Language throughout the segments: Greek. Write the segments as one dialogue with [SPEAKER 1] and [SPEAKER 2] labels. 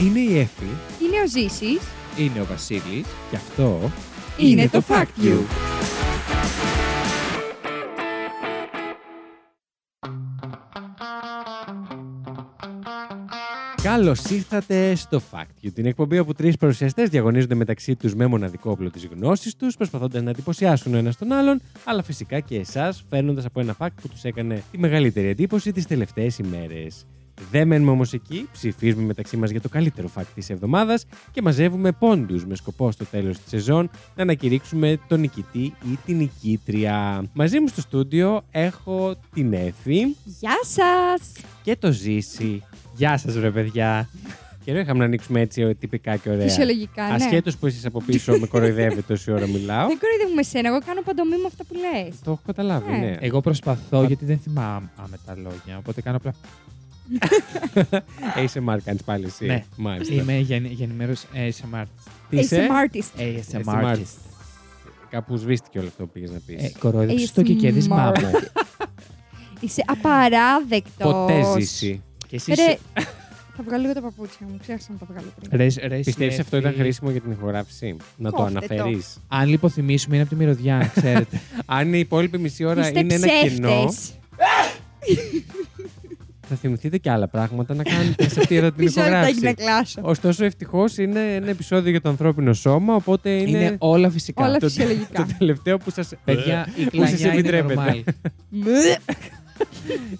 [SPEAKER 1] Είναι η Εφη,
[SPEAKER 2] Είναι ο Ζήσης.
[SPEAKER 1] είναι ο Βασίλης και αυτό
[SPEAKER 2] Είναι το Fact You.
[SPEAKER 1] Καλώς ήρθατε στο Fact You, την εκπομπή όπου τρεις παρουσιαστές διαγωνίζονται μεταξύ τους με μοναδικό όπλο της γνώσης τους, προσπαθώντας να εντυπωσιάσουν ο ένας τον άλλον, αλλά φυσικά και εσάς, φέρνοντας από ένα fact που τους έκανε τη μεγαλύτερη εντύπωση τις τελευταίες ημέρες. Δεν μένουμε όμως εκεί, ψηφίζουμε μεταξύ μας για το καλύτερο fact της εβδομάδας και μαζεύουμε πόντους με σκοπό στο τέλος της σεζόν να ανακηρύξουμε τον νικητή ή την νικήτρια. Μαζί μου στο στούντιο έχω την Εφη
[SPEAKER 2] Γεια σας!
[SPEAKER 1] και το Ζήση. Γεια σας, ρε παιδιά. Καιρό είχαμε να ανοίξουμε έτσι ο- τυπικά και ωραία.
[SPEAKER 2] Φυσιολογικά, ναι.
[SPEAKER 1] Ασχέτως που εσείς από πίσω με κοροϊδεύετε όση ώρα μιλάω.
[SPEAKER 2] Δεν κοροϊδεύουμε εσένα, εγώ κάνω παντομήμα αυτά που λες.
[SPEAKER 1] το έχω καταλάβει,
[SPEAKER 2] Ναι.
[SPEAKER 1] ναι. Εγώ,
[SPEAKER 3] Εγώ προσπαθώ γιατί δεν θυμάμαι τα λόγια. Οπότε κάνω απλά.
[SPEAKER 1] ASMR κάνεις πάλι εσύ.
[SPEAKER 3] Ναι.
[SPEAKER 1] μάλιστα.
[SPEAKER 3] Είμαι γεννη- γεννημένος ASMR.
[SPEAKER 1] Τι είσαι?
[SPEAKER 2] Είσαι artist.
[SPEAKER 3] ASMR. artist.
[SPEAKER 1] Κάπου σβήστηκε όλο αυτό που πήγες να πεις.
[SPEAKER 3] Ε, Κοροϊδεύσου το και κέρδισμά
[SPEAKER 2] ASMR.
[SPEAKER 3] μου.
[SPEAKER 2] Είσαι απαράδεκτος.
[SPEAKER 1] Ποτέ ζήσει.
[SPEAKER 3] Και εσύ.
[SPEAKER 2] Ρε, θα βγάλω λίγο τα παπούτσια μου, ξέχασα να τα βγάλω πριν.
[SPEAKER 1] Πιστεύει αυτό ήταν χρήσιμο για την ηχογράφηση, να το
[SPEAKER 2] Κόφτε το.
[SPEAKER 1] αναφέρεις.
[SPEAKER 3] Αν λιποθυμίσουμε είναι από τη μυρωδιά, αν ξέρετε.
[SPEAKER 1] Αν η υπόλοιπη μισή ώρα
[SPEAKER 2] Είστε
[SPEAKER 1] είναι ένα κοινό,
[SPEAKER 2] ψεύτες.
[SPEAKER 1] θα θυμηθείτε και άλλα πράγματα να κάνετε σε αυτή εδώ την
[SPEAKER 2] Μισό λεπτάκι να
[SPEAKER 1] ηχογράφηση.
[SPEAKER 2] κλάσω.
[SPEAKER 1] Ωστόσο, ευτυχώς είναι ένα επεισόδιο για το ανθρώπινο σώμα, οπότε είναι.
[SPEAKER 3] Είναι όλα φυσικά.
[SPEAKER 2] Όλα
[SPEAKER 3] Το-
[SPEAKER 1] Το
[SPEAKER 2] φυσιολογικά.
[SPEAKER 1] τελευταίο που σας.
[SPEAKER 3] Παιδιά, η κλανιά
[SPEAKER 1] μην
[SPEAKER 3] είναι
[SPEAKER 1] τρέπετε.
[SPEAKER 3] normal.
[SPEAKER 2] Μπλε.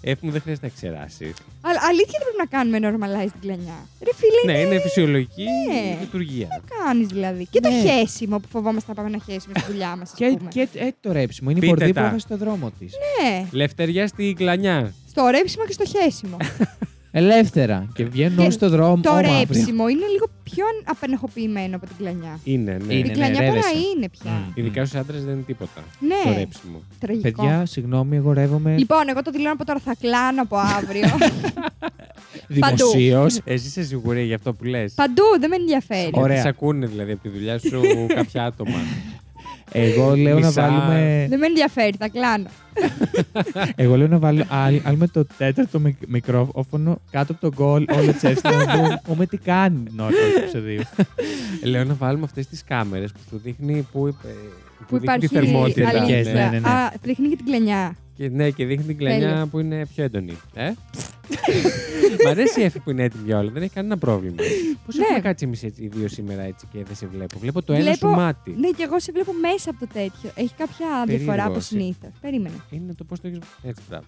[SPEAKER 1] Εφ μου δεν χρειάζεται να ξεράσει.
[SPEAKER 2] Αλλά αλήθεια δεν πρέπει να κάνουμε normalize την κλανιά. Ρε φίλε,
[SPEAKER 1] ναι, είναι φυσιολογική
[SPEAKER 2] Ναι.
[SPEAKER 1] λειτουργία.
[SPEAKER 2] κάνεις δηλαδή. Και το
[SPEAKER 3] Ναι.
[SPEAKER 2] χέσιμο που φοβόμαστε να πάμε να χέσουμε στη δουλειά μας, ας
[SPEAKER 3] Και,
[SPEAKER 2] πούμε.
[SPEAKER 3] και ε, το ρέψιμο. Είναι η
[SPEAKER 1] Πείτε
[SPEAKER 3] πορδί που
[SPEAKER 1] τα.
[SPEAKER 3] έχασε στο δρόμο της.
[SPEAKER 2] Ναι,
[SPEAKER 1] Λευτεριά στην κλανιά.
[SPEAKER 2] στο ρέψιμο και στο χέσιμο.
[SPEAKER 3] Ελεύθερα. Και βγαίνουν
[SPEAKER 2] Και
[SPEAKER 3] όλοι στο δρόμο.
[SPEAKER 2] Το
[SPEAKER 3] όμαυροι.
[SPEAKER 2] ρέψιμο είναι λίγο πιο απενεχοποιημένο από την κλανιά.
[SPEAKER 1] Είναι, ναι.
[SPEAKER 3] Είναι,
[SPEAKER 2] Η
[SPEAKER 3] ναι,
[SPEAKER 2] κλανιά τώρα
[SPEAKER 3] ρεύεσαι.
[SPEAKER 2] είναι πια.
[SPEAKER 3] Μμ.
[SPEAKER 1] Ειδικά στους άντρες δεν είναι τίποτα. Το
[SPEAKER 2] Ναι,
[SPEAKER 1] ρέψιμο.
[SPEAKER 2] τραγικό.
[SPEAKER 3] Παιδιά, συγγνώμη, εγώ
[SPEAKER 1] ε,
[SPEAKER 3] ρεύομαι
[SPEAKER 2] Λοιπόν, εγώ το δηλώνω από τώρα θα κλάνω από αύριο. παντού.
[SPEAKER 3] δημοσίως.
[SPEAKER 1] Εσύ είσαι σίγουρη Ε, για αυτό που λες.
[SPEAKER 2] Παντού, δεν με ενδιαφέρει.
[SPEAKER 3] Ωραία.
[SPEAKER 1] Ωραία. Σε ακούνε δηλαδή από τη δουλειά σου κάποια άτομα.
[SPEAKER 3] Εγώ λέω να
[SPEAKER 1] Μισά.
[SPEAKER 3] βάλουμε.
[SPEAKER 2] Δεν με ενδιαφέρει, θα κλάνω.
[SPEAKER 3] Εγώ λέω να βάλω άλλ- άλλουμε το τέταρτο μικ- μικρόφωνο κάτω από τον κόλ όλο τσέστη να δούμε- πούμε τι κάνει την ώρα του επεισοδίου.
[SPEAKER 1] Λέω να βάλουμε αυτές τις κάμερες που σου δείχνει πού ε,
[SPEAKER 2] Που
[SPEAKER 1] δείχνει τη
[SPEAKER 2] υπάρχει
[SPEAKER 1] θερμότητα.
[SPEAKER 2] αλήθεια.
[SPEAKER 3] Ναι, ναι, ναι.
[SPEAKER 2] Α, δείχνει και την κλανιά.
[SPEAKER 1] Και, ναι, και δείχνει την κλανιά
[SPEAKER 2] Τέλεια.
[SPEAKER 1] που είναι πιο έντονη. Ε? Μ' αρέσει η Εφη που είναι έτοιμη για όλα, δεν έχει κανένα πρόβλημα. Πώς
[SPEAKER 2] Ναι.
[SPEAKER 1] έχουμε κάτσει εμείς οι δύο σήμερα έτσι και δεν σε βλέπω. Βλέπω το ένα
[SPEAKER 2] Βλέπω-
[SPEAKER 1] σου μάτι.
[SPEAKER 2] Ναι, και εγώ σε βλέπω μέσα από το τέτοιο. Έχει κάποια διαφορά
[SPEAKER 1] Περίεργο, ε.
[SPEAKER 2] από
[SPEAKER 1] εσύ.
[SPEAKER 2] συνήθως. Περίμενε.
[SPEAKER 1] Είναι το πώς το έχεις. Έτσι, μπράβο.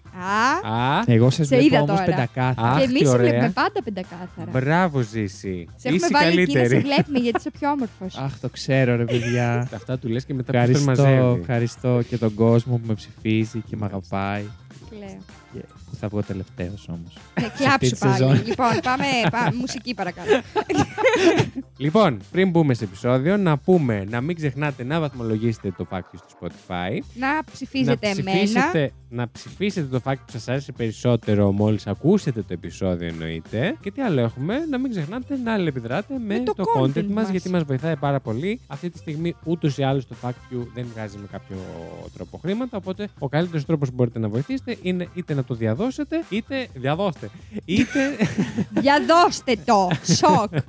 [SPEAKER 2] Α,
[SPEAKER 1] Α,
[SPEAKER 3] Εγώ σα
[SPEAKER 2] Σε
[SPEAKER 3] βλέπω
[SPEAKER 2] είδα
[SPEAKER 3] όμως
[SPEAKER 2] τώρα.
[SPEAKER 3] πεντακάθαρα.
[SPEAKER 1] αχ,
[SPEAKER 2] και
[SPEAKER 1] τι
[SPEAKER 2] εμεί σε
[SPEAKER 1] ωραία.
[SPEAKER 2] βλέπουμε πάντα πεντακάθαρα.
[SPEAKER 1] μπράβο, Ζήση.
[SPEAKER 2] Σε έχουμε
[SPEAKER 1] Είσαι
[SPEAKER 2] βάλει εκεί να σε
[SPEAKER 1] καλύτερη.
[SPEAKER 2] βλέπουμε γιατί είσαι πιο όμορφος.
[SPEAKER 3] Αχ, το ξέρω, ρε παιδιά.
[SPEAKER 1] Αυτά του λες και μετά πώς τον
[SPEAKER 3] Ευχαριστώ,
[SPEAKER 1] μαζεύεις.
[SPEAKER 3] ευχαριστώ και τον κόσμο που με ψηφίζει και με αγαπάει. Και που θα βγω τελευταίος όμως.
[SPEAKER 2] Ναι,
[SPEAKER 3] αυτή
[SPEAKER 2] κλάψου
[SPEAKER 3] τη
[SPEAKER 2] πάλι.
[SPEAKER 3] σεζόν.
[SPEAKER 2] Λοιπόν, πάμε. πά- Μουσική παρακαλώ.
[SPEAKER 1] Λοιπόν, πριν μπούμε σε επεισόδιο, να πούμε να μην ξεχνάτε να βαθμολογήσετε το fact You στο Spotify.
[SPEAKER 2] Να ψηφίζετε
[SPEAKER 1] να
[SPEAKER 2] εμένα.
[SPEAKER 1] ψηφίσετε, να ψηφίσετε το fact που σας άρεσε περισσότερο μόλις ακούσετε το επεισόδιο, εννοείται. Και τι άλλο έχουμε, να μην ξεχνάτε να αλληλεπιδράτε με,
[SPEAKER 2] το
[SPEAKER 1] το
[SPEAKER 2] content
[SPEAKER 1] content μας,
[SPEAKER 2] μας.
[SPEAKER 1] γιατί μας βοηθάει πάρα πολύ. Αυτή τη στιγμή ούτως ή άλλως το fact you δεν βγάζει με κάποιο τρόπο χρήματα. Οπότε ο καλύτερος τρόπος που μπορείτε να βοηθήσετε είναι είτε να το διαδώσετε, είτε. Διαδώστε. Είτε.
[SPEAKER 2] Διαδώστε το. Σοκ.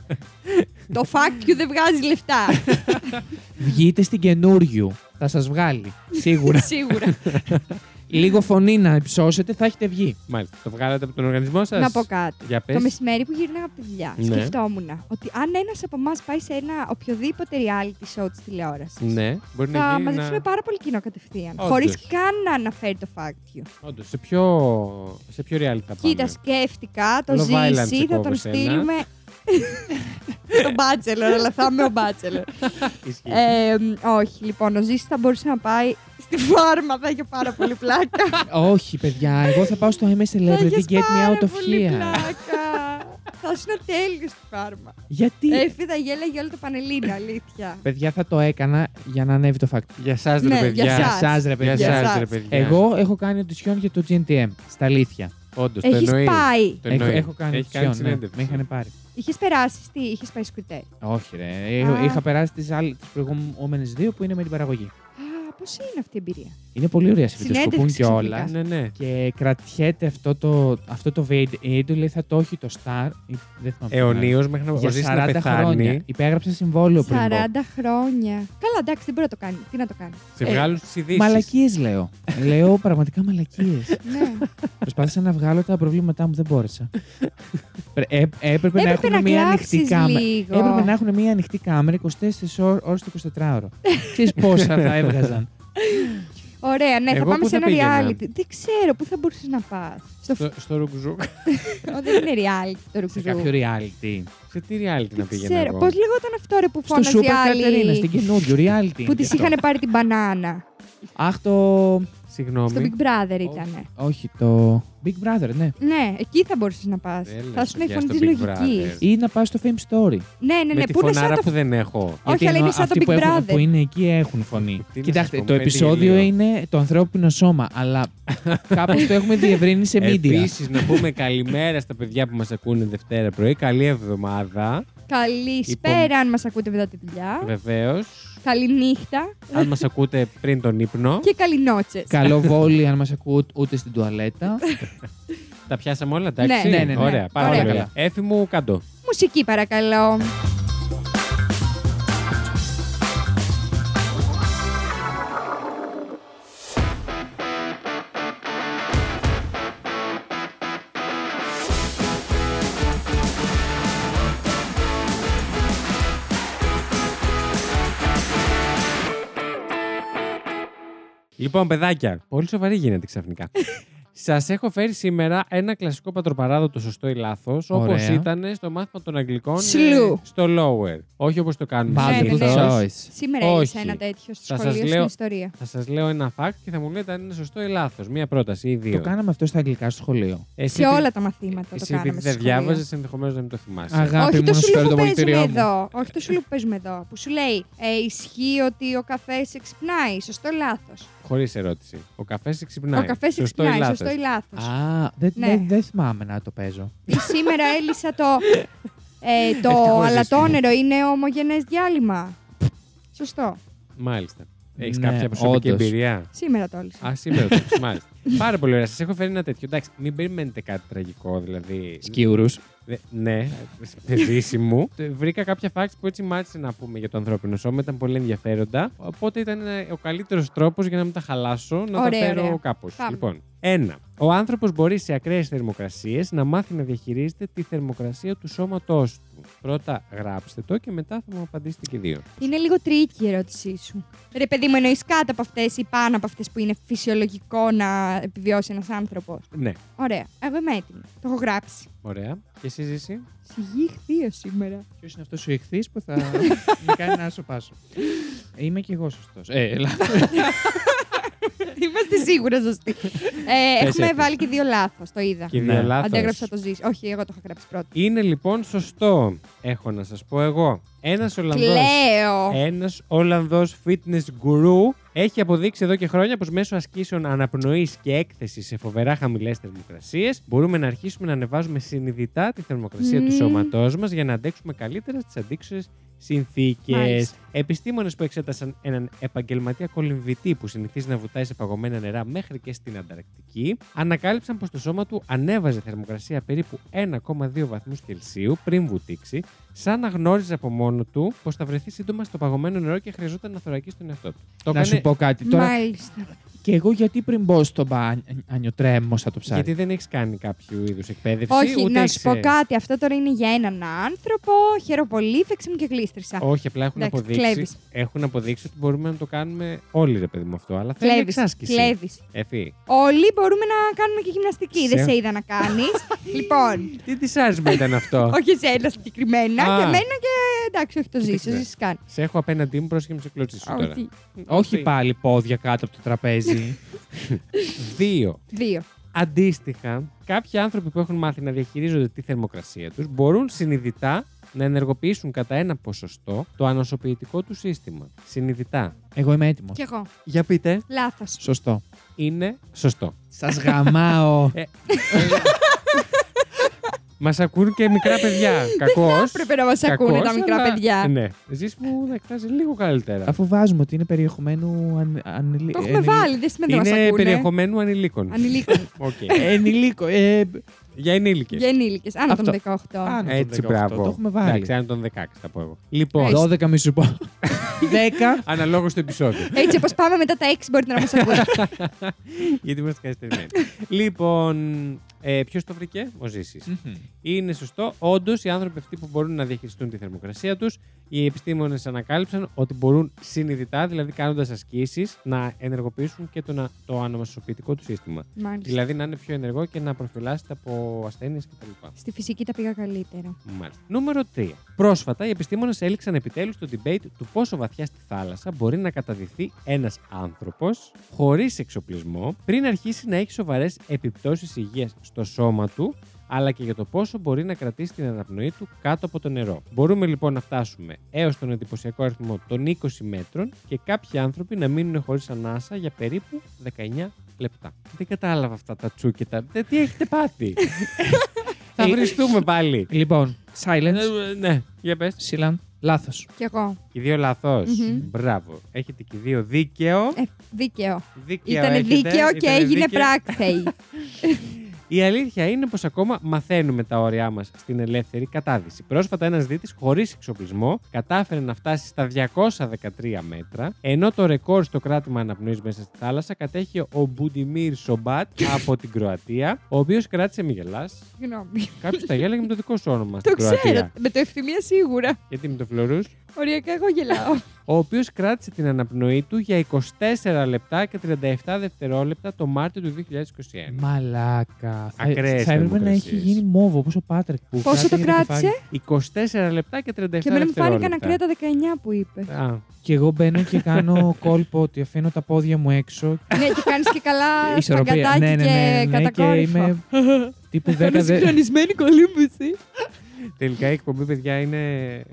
[SPEAKER 2] Το fact you δεν βγάζει λεφτά.
[SPEAKER 3] Βγείτε στην καινούριου. Θα σας βγάλει. Σίγουρα.
[SPEAKER 2] Σίγουρα.
[SPEAKER 3] Λίγο φωνή να υψώσετε, θα έχετε βγει.
[SPEAKER 1] Μάλιστα, το βγάλατε από τον οργανισμό σας.
[SPEAKER 2] Να πω κάτι.
[SPEAKER 1] Για πες.
[SPEAKER 2] Το μεσημέρι που γύρναγα από τη δουλειά,
[SPEAKER 1] Ναι.
[SPEAKER 2] σκεφτόμουν ότι αν ένας από εμάς πάει σε ένα οποιοδήποτε reality show της τηλεόρασης,
[SPEAKER 1] Ναι, μπορεί να
[SPEAKER 2] θα
[SPEAKER 1] γίνει.
[SPEAKER 2] μαζέψουμε
[SPEAKER 1] να-
[SPEAKER 2] πάρα πολύ κοινό κατευθείαν.
[SPEAKER 1] Όντως.
[SPEAKER 2] Χωρίς καν να αναφέρει το fact you.
[SPEAKER 1] Όντως, σε ποιο, σε ποιο reality θα πάμε.
[SPEAKER 2] Κοίτα, σκέφτηκα, το
[SPEAKER 1] Love Island σε
[SPEAKER 2] ζήσει, θα
[SPEAKER 1] κόβω
[SPEAKER 2] τον
[SPEAKER 1] σένα.
[SPEAKER 2] στείλουμε. Στον Bachelor, αλλά θα είμαι ο Bachelor.
[SPEAKER 1] Ισχύει.
[SPEAKER 2] Ε, μ, όχι, λοιπόν, ο Ζήσης θα μπορούσε να πάει στη φάρμα, θα είχε πάρα πολύ πλάκα.
[SPEAKER 3] Όχι, παιδιά, εγώ θα πάω στο MS
[SPEAKER 2] θα
[SPEAKER 3] Celebrity
[SPEAKER 2] είχε
[SPEAKER 3] E, Get Me Out
[SPEAKER 2] πάρα
[SPEAKER 3] of
[SPEAKER 2] πολύ
[SPEAKER 3] Here.
[SPEAKER 2] πλάκα. θα ήσουν τέλειος στη φάρμα.
[SPEAKER 3] Γιατί.
[SPEAKER 2] Έφη θα γέλαγε όλο το πανελίνο, αλήθεια.
[SPEAKER 3] Παιδιά, θα το έκανα για να ανέβει το fact.
[SPEAKER 1] Για σας ρε
[SPEAKER 2] Ναι,
[SPEAKER 1] παιδιά.
[SPEAKER 2] για σας.
[SPEAKER 3] σας, ρε
[SPEAKER 1] Για
[SPEAKER 3] παιδιά.
[SPEAKER 2] σας.
[SPEAKER 1] σας, ρε παιδιά.
[SPEAKER 3] Εγώ έχω κάνει audition για το GNTM. Στα αλήθεια.
[SPEAKER 1] Όντως, το
[SPEAKER 2] Έχεις
[SPEAKER 1] εννοεί.
[SPEAKER 2] πάει.
[SPEAKER 1] Το
[SPEAKER 3] Έχω,
[SPEAKER 1] εννοεί.
[SPEAKER 3] έχω κάνει
[SPEAKER 1] Έχει
[SPEAKER 3] audition. ναι.
[SPEAKER 1] συνέντευξη.
[SPEAKER 3] Με είχαν πάρει.
[SPEAKER 2] Είχες περάσει, τι, είχες πάει σκουτέ.
[SPEAKER 3] Όχι, ρε.
[SPEAKER 2] Α.
[SPEAKER 3] Είχα περάσει τις προηγούμενες δύο που είναι με την παραγωγή.
[SPEAKER 2] Α, πώ Πώ είναι αυτή η εμπειρία.
[SPEAKER 3] Είναι πολύ ωραία. Συμφιτοσκοπούν
[SPEAKER 2] Συνέντευξη
[SPEAKER 3] κιόλα.
[SPEAKER 1] Ναι, ναι.
[SPEAKER 3] Και κρατιέται αυτό το, αυτό το βίντεο. Η Έντου λέει θα το έχει το Star. ή- Δεν θυμάμαι.
[SPEAKER 1] Αιωνίω μέχρι να
[SPEAKER 3] Για
[SPEAKER 1] ζήσει να
[SPEAKER 3] 40 χρόνια.
[SPEAKER 1] πεθάνει.
[SPEAKER 3] Υπέγραψε συμβόλαιο πριν.
[SPEAKER 2] 40 χρόνια. Καλά, εντάξει, δεν μπορεί να το κάνει. Τι να το κάνει.
[SPEAKER 1] Σε
[SPEAKER 3] Ε,
[SPEAKER 1] βγάλουν στις ειδήσεις.
[SPEAKER 3] Μαλακίες λέω. λέω πραγματικά μαλακίες.
[SPEAKER 2] ναι.
[SPEAKER 3] Προσπάθησα να βγάλω τα προβλήματά μου, δεν μπόρεσα. Πρέ- ε- έπρεπε να
[SPEAKER 2] Έπρεπε
[SPEAKER 3] έχουν
[SPEAKER 2] να
[SPEAKER 3] μια ανοιχτή
[SPEAKER 2] κλάψει
[SPEAKER 3] κάμερα.
[SPEAKER 2] λίγο.
[SPEAKER 3] Έπρεπε να έχουν μια ανοιχτή κάμερα 24 ώρε το 24ωρο. Ξέρεις πόσα θα έβγαζαν.
[SPEAKER 2] Ωραία, ναι,
[SPEAKER 1] Εγώ
[SPEAKER 2] θα πάμε
[SPEAKER 1] πού
[SPEAKER 2] σε
[SPEAKER 1] θα
[SPEAKER 2] ένα
[SPEAKER 1] πήγαινα?
[SPEAKER 2] reality. Δεν ξέρω, πού θα μπορούσες να πας. Στο
[SPEAKER 1] Στο, στο ρουκζούκ.
[SPEAKER 2] φ- δεν είναι reality το
[SPEAKER 3] σε
[SPEAKER 2] ρουκουζού.
[SPEAKER 3] κάποιο reality.
[SPEAKER 1] Σε τι reality να
[SPEAKER 2] Δεν
[SPEAKER 1] πήγαινα
[SPEAKER 2] ξέρω.
[SPEAKER 1] εγώ.
[SPEAKER 2] Πώς λεγόταν αυτό ρε που
[SPEAKER 3] Στο
[SPEAKER 2] φώναζε
[SPEAKER 3] Super
[SPEAKER 2] η
[SPEAKER 3] Κατερίνα, στην
[SPEAKER 2] άλλη.
[SPEAKER 3] καινούριο reality.
[SPEAKER 2] Που τη είχαν πάρει την μπανάνα.
[SPEAKER 3] Αχ, το.
[SPEAKER 2] Στο
[SPEAKER 1] Συγγνώμη.
[SPEAKER 2] Big Brother
[SPEAKER 3] Όχι.
[SPEAKER 2] ήταν.
[SPEAKER 3] Όχι, το. Big Brother, ναι.
[SPEAKER 2] Ναι, εκεί θα μπορούσες να πας.
[SPEAKER 1] Δεν
[SPEAKER 2] Θα
[SPEAKER 1] λες,
[SPEAKER 2] σου είναι η
[SPEAKER 1] παιδιά,
[SPEAKER 2] φωνή
[SPEAKER 1] στο
[SPEAKER 2] τη
[SPEAKER 1] Big
[SPEAKER 2] λογική.
[SPEAKER 1] Brother.
[SPEAKER 3] Ή να πάει στο Fame Story.
[SPEAKER 2] Ναι, ναι,
[SPEAKER 1] Με
[SPEAKER 2] ναι.
[SPEAKER 1] τη
[SPEAKER 2] Που είναι σαν
[SPEAKER 1] φωνάρα
[SPEAKER 2] το.
[SPEAKER 1] που δεν έχω.
[SPEAKER 2] Όχι, αλλά
[SPEAKER 3] εννοώ
[SPEAKER 2] είναι σαν το
[SPEAKER 3] αυτοί
[SPEAKER 2] Big
[SPEAKER 3] που έχουν-
[SPEAKER 2] Brother.
[SPEAKER 3] που είναι εκεί έχουν φωνή.
[SPEAKER 1] Τι να σας
[SPEAKER 3] Κοιτάξτε,
[SPEAKER 1] πω,
[SPEAKER 3] το
[SPEAKER 1] μου φαίνεται
[SPEAKER 3] επεισόδιο
[SPEAKER 1] γελίο.
[SPEAKER 3] είναι το ανθρώπινο σώμα, αλλά κάπως το έχουμε διευρύνει σε media.
[SPEAKER 1] Επίσης, να πούμε καλημέρα στα παιδιά που μας ακούνε Δευτέρα πρωί. Καλή εβδομάδα. Λοιπόν.
[SPEAKER 2] Καλησπέρα, αν μας ακούτε μετά τη δουλειά.
[SPEAKER 1] Βεβαίως.
[SPEAKER 2] Καληνύχτα
[SPEAKER 1] Αν μας ακούτε πριν τον ύπνο.
[SPEAKER 2] και καληνότσες.
[SPEAKER 3] Καλό βόλι αν μας ακούτε ούτε στην τουαλέτα.
[SPEAKER 1] Τα πιάσαμε όλα, εντάξει.
[SPEAKER 2] Ναι,
[SPEAKER 3] ναι, ναι, ναι.
[SPEAKER 1] Ωραία, πάρα
[SPEAKER 2] Ωραία.
[SPEAKER 1] πολύ καλά. Έφη μου, κάτω.
[SPEAKER 2] Μουσική παρακαλώ.
[SPEAKER 1] Λοιπόν, παιδάκια, πολύ σοβαρή γίνεται ξαφνικά. Σας έχω φέρει σήμερα ένα κλασικό πατροπαράδοτο σωστό ή λάθος, όπως
[SPEAKER 3] Ωραία.
[SPEAKER 1] ήταν στο μάθημα των Αγγλικών. ε,
[SPEAKER 2] Σλου.
[SPEAKER 1] στο lower. Όχι όπως το κάνουμε
[SPEAKER 2] Bad
[SPEAKER 3] Multiple
[SPEAKER 2] Ναι, ναι,
[SPEAKER 1] συνήθως.
[SPEAKER 2] ναι.
[SPEAKER 3] choice.
[SPEAKER 2] Σήμερα
[SPEAKER 1] Όχι.
[SPEAKER 2] έλυσα ένα τέτοιο στο
[SPEAKER 1] Θα σας
[SPEAKER 2] σχολείο στην
[SPEAKER 1] λέω-
[SPEAKER 2] ιστορία.
[SPEAKER 1] Θα σας λέω ένα fact και θα μου λέτε αν είναι σωστό ή λάθος. Μία πρόταση ή δύο.
[SPEAKER 3] Το κάναμε αυτό στα αγγλικά στο σχολείο.
[SPEAKER 1] Εσύ
[SPEAKER 2] Σε
[SPEAKER 1] επειδή-
[SPEAKER 2] όλα τα μαθήματα το
[SPEAKER 1] Εσύ επειδή
[SPEAKER 2] κάναμε. στο
[SPEAKER 1] δεν
[SPEAKER 2] σχολείο.
[SPEAKER 1] διάβαζες, ενδεχομένως να μην το θυμάσαι.
[SPEAKER 3] Αγάπη
[SPEAKER 2] Όχι
[SPEAKER 3] μου,
[SPEAKER 2] το
[SPEAKER 3] να σου
[SPEAKER 2] σουλού
[SPEAKER 3] φέρω
[SPEAKER 2] που
[SPEAKER 3] το
[SPEAKER 2] παίζουμε
[SPEAKER 3] πολιτήριό μου.
[SPEAKER 2] εδώ. Όχι το σουλού που παίζουμε εδώ. Που σου λέει ε, Ισχύει ότι ο καφές σε ξυπνάει. Σωστό ή λάθος.
[SPEAKER 1] Χωρίς ερώτηση. Ο καφές σε ξυπνάει.
[SPEAKER 2] Ο καφές σε
[SPEAKER 1] Ναι, Σωστό ή
[SPEAKER 2] ξυπνάει.
[SPEAKER 1] λάθος.
[SPEAKER 2] Σωστό ή λάθος.
[SPEAKER 3] Α, δεν
[SPEAKER 2] Ναι.
[SPEAKER 3] δεν- δεν θυμάμαι να το παίζω.
[SPEAKER 2] Σήμερα έλυσα το. Ε, το
[SPEAKER 1] Ευτυχώς
[SPEAKER 2] αλατόνερο είναι ομογενές διάλειμμα. Σωστό.
[SPEAKER 1] Μάλιστα. Έχεις
[SPEAKER 3] Ναι,
[SPEAKER 1] κάποια προσωπική
[SPEAKER 3] όντως.
[SPEAKER 1] εμπειρία.
[SPEAKER 2] Σήμερα το έλυσα.
[SPEAKER 1] Α, σήμερα το έχεις, μάλιστα. Πάρα πολύ ωραία. Σας έχω φέρει ένα τέτοιο. Εντάξει, μην περιμένετε κάτι τραγικό, δηλαδή.
[SPEAKER 3] Σκιούρους.
[SPEAKER 1] Δε- ναι, παιδίση μου. Τε- Βρήκα κάποια facts που έτσι μάτισε να πούμε για το ανθρώπινο σώμα. Ήταν πολύ ενδιαφέροντα. Οπότε ήταν ε, ο καλύτερος τρόπος για να μην τα χαλάσω, να
[SPEAKER 2] Ωραία,
[SPEAKER 1] τα φέρω
[SPEAKER 2] ωραία.
[SPEAKER 1] κάπως.
[SPEAKER 2] Πάμε.
[SPEAKER 1] Λοιπόν, ένα. Ο άνθρωπος μπορεί σε ακραίες θερμοκρασίες να μάθει να διαχειρίζεται τη θερμοκρασία του σώματός του. Πρώτα γράψτε το και μετά θα μου απαντήσετε και δύο.
[SPEAKER 2] Είναι λίγο τρίκη η ερώτησή σου. Ρε παιδί μου, εννοείς κάτω από αυτές ή πάνω από αυτές που είναι φυσιολογικό να επιβιώσει ένας άνθρωπος.
[SPEAKER 1] Ναι,
[SPEAKER 2] Ωραία. Εγώ είμαι έτοιμη. Το έχω γράψει.
[SPEAKER 1] ωραία. Και εσύ ζήσει.
[SPEAKER 2] Στη γη χθεία σήμερα.
[SPEAKER 3] Ποιος είναι αυτός ο ηχθής που θα με κάνει να σοπάσω. Είμαι κι εγώ σωστός. Ε, λάθος.
[SPEAKER 2] Είμαστε σίγουρα σωστοί. Ε,
[SPEAKER 1] Πες
[SPEAKER 2] έχουμε
[SPEAKER 1] έτσι.
[SPEAKER 2] βάλει και δύο λάθος. Το είδα.
[SPEAKER 1] Και
[SPEAKER 3] Ναι.
[SPEAKER 1] δύο λάθος.
[SPEAKER 2] Αντέγραψα το ζήσει. Όχι, εγώ το είχα γράψει πρώτο.
[SPEAKER 1] Είναι λοιπόν σωστό, έχω να σας πω εγώ. Ένας Ολλανδός,
[SPEAKER 2] Κλαίω.
[SPEAKER 1] ένας Ολλανδός fitness guru έχει αποδείξει εδώ και χρόνια πως μέσω ασκήσεων αναπνοής και έκθεσης σε φοβερά χαμηλές θερμοκρασίες μπορούμε να αρχίσουμε να ανεβάζουμε συνειδητά τη θερμοκρασία
[SPEAKER 2] Μμμ.
[SPEAKER 1] του σώματός μας για να αντέξουμε καλύτερα στις αντίξωες συνθήκες.
[SPEAKER 2] Μάλιστα.
[SPEAKER 1] Επιστήμονες που εξέτασαν έναν επαγγελματία κολυμβητή που συνηθίζει να βουτάει σε παγωμένα νερά μέχρι και στην Ανταρκτική, ανακάλυψαν πως το σώμα του ανέβαζε θερμοκρασία περίπου 1,2 βαθμούς Κελσίου πριν βουτήξει, σαν να γνώριζε από μόνο του πως θα βρεθεί σύντομα στο παγωμένο νερό και χρειαζόταν να θωρακίσει τον εαυτό του. Το
[SPEAKER 3] να σου
[SPEAKER 1] έκανε
[SPEAKER 3] πω κάτι τώρα.
[SPEAKER 2] Μάλιστα.
[SPEAKER 3] Και εγώ γιατί πριν μπω στο μπάνιο τρέμω σαν το ψάρι.
[SPEAKER 1] γιατί δεν έχεις κάνει κάποιο είδους εκπαίδευση.
[SPEAKER 2] Όχι,
[SPEAKER 1] ούτε
[SPEAKER 2] να σου
[SPEAKER 1] έχεις,
[SPEAKER 2] πω
[SPEAKER 1] ε,
[SPEAKER 2] κάτι. Αυτό τώρα είναι για έναν άνθρωπο. Χαίρομαι πολύ. Φέξε μου και γλίστρισα.
[SPEAKER 1] Όχι, απλά έχουν
[SPEAKER 2] Εντάξει,
[SPEAKER 1] αποδείξει,
[SPEAKER 2] κλέβεις.
[SPEAKER 1] έχουν αποδείξει ότι μπορούμε να το κάνουμε όλοι, ρε παιδί μου, αυτό. Αλλά θέλει
[SPEAKER 2] Κλέβεις,
[SPEAKER 1] εξάσκηση. Ε,
[SPEAKER 2] κλέβεις.
[SPEAKER 1] Εφή.
[SPEAKER 2] Όλοι μπορούμε να κάνουμε και γυμναστική.
[SPEAKER 1] Σε-
[SPEAKER 2] Δεν σε είδα να κάνεις. λοιπόν,
[SPEAKER 1] Τι δυσάρισμα ήταν αυτό.
[SPEAKER 2] όχι εσένα συγκεκριμένα,
[SPEAKER 1] Α.
[SPEAKER 2] και εμένα και εντάξει, όχι το ζήσει,
[SPEAKER 1] Κοίταξε.
[SPEAKER 2] ζήσεις καν.
[SPEAKER 1] Σε έχω απέναντί μου, πρόσεχε να με κλωτσίσω τώρα.
[SPEAKER 2] Όχι.
[SPEAKER 3] Όχι πάλι πόδια κάτω από το τραπέζι.
[SPEAKER 1] Δύο.
[SPEAKER 2] Δύο.
[SPEAKER 1] Αντίστοιχα, κάποιοι άνθρωποι που έχουν μάθει να διαχειρίζονται τη θερμοκρασία τους μπορούν συνειδητά να ενεργοποιήσουν κατά ένα ποσοστό το ανοσοποιητικό του σύστημα. Συνειδητά.
[SPEAKER 3] εγώ είμαι έτοιμος.
[SPEAKER 2] Κι εγώ.
[SPEAKER 1] Για πείτε,
[SPEAKER 2] Λάθος.
[SPEAKER 3] Σωστό.
[SPEAKER 1] είναι σωστό.
[SPEAKER 3] Σας γαμάω.
[SPEAKER 1] Ε, Μας ακούν και μικρά παιδιά. Κακώ.
[SPEAKER 2] Δεν θα έπρεπε να μας ακούνε τα μικρά παιδιά.
[SPEAKER 1] Ναι. Εσεί που θα εκφράζει λίγο καλύτερα.
[SPEAKER 3] Αφού βάζουμε ότι είναι περιεχομένου αν, ανηλίκων.
[SPEAKER 2] Το έχουμε βάλει, δεν σημαίνει ότι
[SPEAKER 1] Είναι
[SPEAKER 2] μα ακούνε.
[SPEAKER 1] περιεχομένου ανηλίκων.
[SPEAKER 2] Ανηλίκων.
[SPEAKER 1] Οκ.
[SPEAKER 3] Ενηλίκο. Ε,
[SPEAKER 1] Για ενήλικες.
[SPEAKER 2] Για ενήλικες, άνω των 18.
[SPEAKER 3] άνω των
[SPEAKER 1] Έτσι,
[SPEAKER 3] 18.
[SPEAKER 1] μπράβο.
[SPEAKER 3] Το έχουμε βάλει.
[SPEAKER 1] Εντάξει, αν τον 16 θα πω εγώ. Λοιπόν,
[SPEAKER 3] 12 μη σου πω. 10.
[SPEAKER 1] αναλόγως στο επεισόδιο.
[SPEAKER 2] Έτσι, όπως πάμε μετά τα 6 μπορείτε να μας ακούτε.
[SPEAKER 1] γιατί είμαστε καθυστερημένοι. λοιπόν, ε, ποιος το βρήκε, ο Ζήσης. Είναι σωστό. Όντως, οι άνθρωποι αυτοί που μπορούν να διαχειριστούν τη θερμοκρασία τους, οι επιστήμονες ανακάλυψαν ότι μπορούν συνειδητά, δηλαδή κάνοντας ασκήσεις, να ενεργοποιήσουν και το, να, το αναμασοποιητικό του σύστημα.
[SPEAKER 2] Μάλιστα.
[SPEAKER 1] Δηλαδή να είναι πιο ενεργό και να προφυλάσσεται από ασθένειες κτλ.
[SPEAKER 2] Στη φυσική τα πήγα καλύτερα.
[SPEAKER 1] Μάλιστα. Νούμερο 3. Πρόσφατα, οι επιστήμονες έληξαν επιτέλους το debate του πόσο βαθιά στη θάλασσα μπορεί να καταδυθεί ένας άνθρωπος χωρίς εξοπλισμό πριν αρχίσει να έχει σοβαρές επιπτώσεις υγείας στο σώμα του αλλά και για το πόσο μπορεί να κρατήσει την αναπνοή του κάτω από το νερό. Μπορούμε λοιπόν να φτάσουμε έως τον εντυπωσιακό αριθμό των 20 μέτρων και κάποιοι άνθρωποι να μείνουν χωρίς ανάσα για περίπου 19 λεπτά. Δεν κατάλαβα αυτά τα τσούκετα. Δεν- Τι έχετε πάθει. Θα
[SPEAKER 3] Ε,
[SPEAKER 1] βριστούμε πάλι.
[SPEAKER 3] Λοιπόν,
[SPEAKER 2] Ε,
[SPEAKER 3] silence.
[SPEAKER 1] Ναι, ναι, για πες.
[SPEAKER 3] Σίλαν. Λάθος.
[SPEAKER 2] Κι εγώ.
[SPEAKER 1] Και οι δύο λαθος
[SPEAKER 2] Μμμ.
[SPEAKER 1] Μπράβο. Έχετε και οι δύο δίκαιο.
[SPEAKER 2] Ε, δίκαιο.
[SPEAKER 1] δίκαιο
[SPEAKER 2] Ήταν
[SPEAKER 1] έχετε,
[SPEAKER 2] δίκαιο και
[SPEAKER 1] ήτανε
[SPEAKER 2] έγινε
[SPEAKER 1] δίκαιο.
[SPEAKER 2] πράξη.
[SPEAKER 1] Η αλήθεια είναι πως ακόμα μαθαίνουμε τα όρια μας στην ελεύθερη κατάδυση. Πρόσφατα, ένας δίτης χωρίς εξοπλισμό κατάφερε να φτάσει στα 213 μέτρα, ενώ το ρεκόρ στο κράτημα αναπνοής μέσα στη θάλασσα κατέχει ο Μπουντιμίρ Σομπάτ από την Κροατία, ο οποίος κράτησε, μη γελάς.
[SPEAKER 2] Συγγνώμη.
[SPEAKER 1] Κάποιος τα γέλαγε με το δικό σου όνομα
[SPEAKER 2] Το
[SPEAKER 1] στην
[SPEAKER 2] ξέρω.
[SPEAKER 1] Κροατία.
[SPEAKER 2] Με το ευθυμία σίγουρα.
[SPEAKER 1] Γιατί με το φλωρούς.
[SPEAKER 2] Οριακά εγώ γελάω.
[SPEAKER 1] ο οποίος κράτησε την αναπνοή του για 24 λεπτά και 37 δευτερόλεπτα το Μάρτιο του 2021.
[SPEAKER 2] Ε,
[SPEAKER 3] Μαλάκα. Θα-
[SPEAKER 1] Ακραίες
[SPEAKER 3] Θα έπρεπε να
[SPEAKER 1] θερμοκρασίες.
[SPEAKER 3] έχει γίνει μόβο όπω ο Πάτρεκ. Που
[SPEAKER 2] Πόσο το
[SPEAKER 3] κράτηγε το
[SPEAKER 2] κράτησε?
[SPEAKER 3] κεφάλι.
[SPEAKER 1] 24 λεπτά και 37
[SPEAKER 2] Και
[SPEAKER 1] δευτερόλεπτα.
[SPEAKER 2] εμένα μου φάνηκαν ακραία τα 19 που είπε.
[SPEAKER 1] Α,
[SPEAKER 3] Και εγώ μπαίνω και κάνω κόλπο ότι αφήνω τα πόδια μου έξω.
[SPEAKER 2] Ναι, και κάνεις και καλά
[SPEAKER 3] Ισορροπία.
[SPEAKER 2] παγκατάκι
[SPEAKER 3] Ναι, ναι, ναι.
[SPEAKER 2] και
[SPEAKER 3] ναι, και
[SPEAKER 2] κατακόρυφα.
[SPEAKER 3] είμαι. Τύπου 10 δε...
[SPEAKER 2] συγχρονισμένη κολύμπηση.
[SPEAKER 1] τελικά η εκπομπή, παιδιά, είναι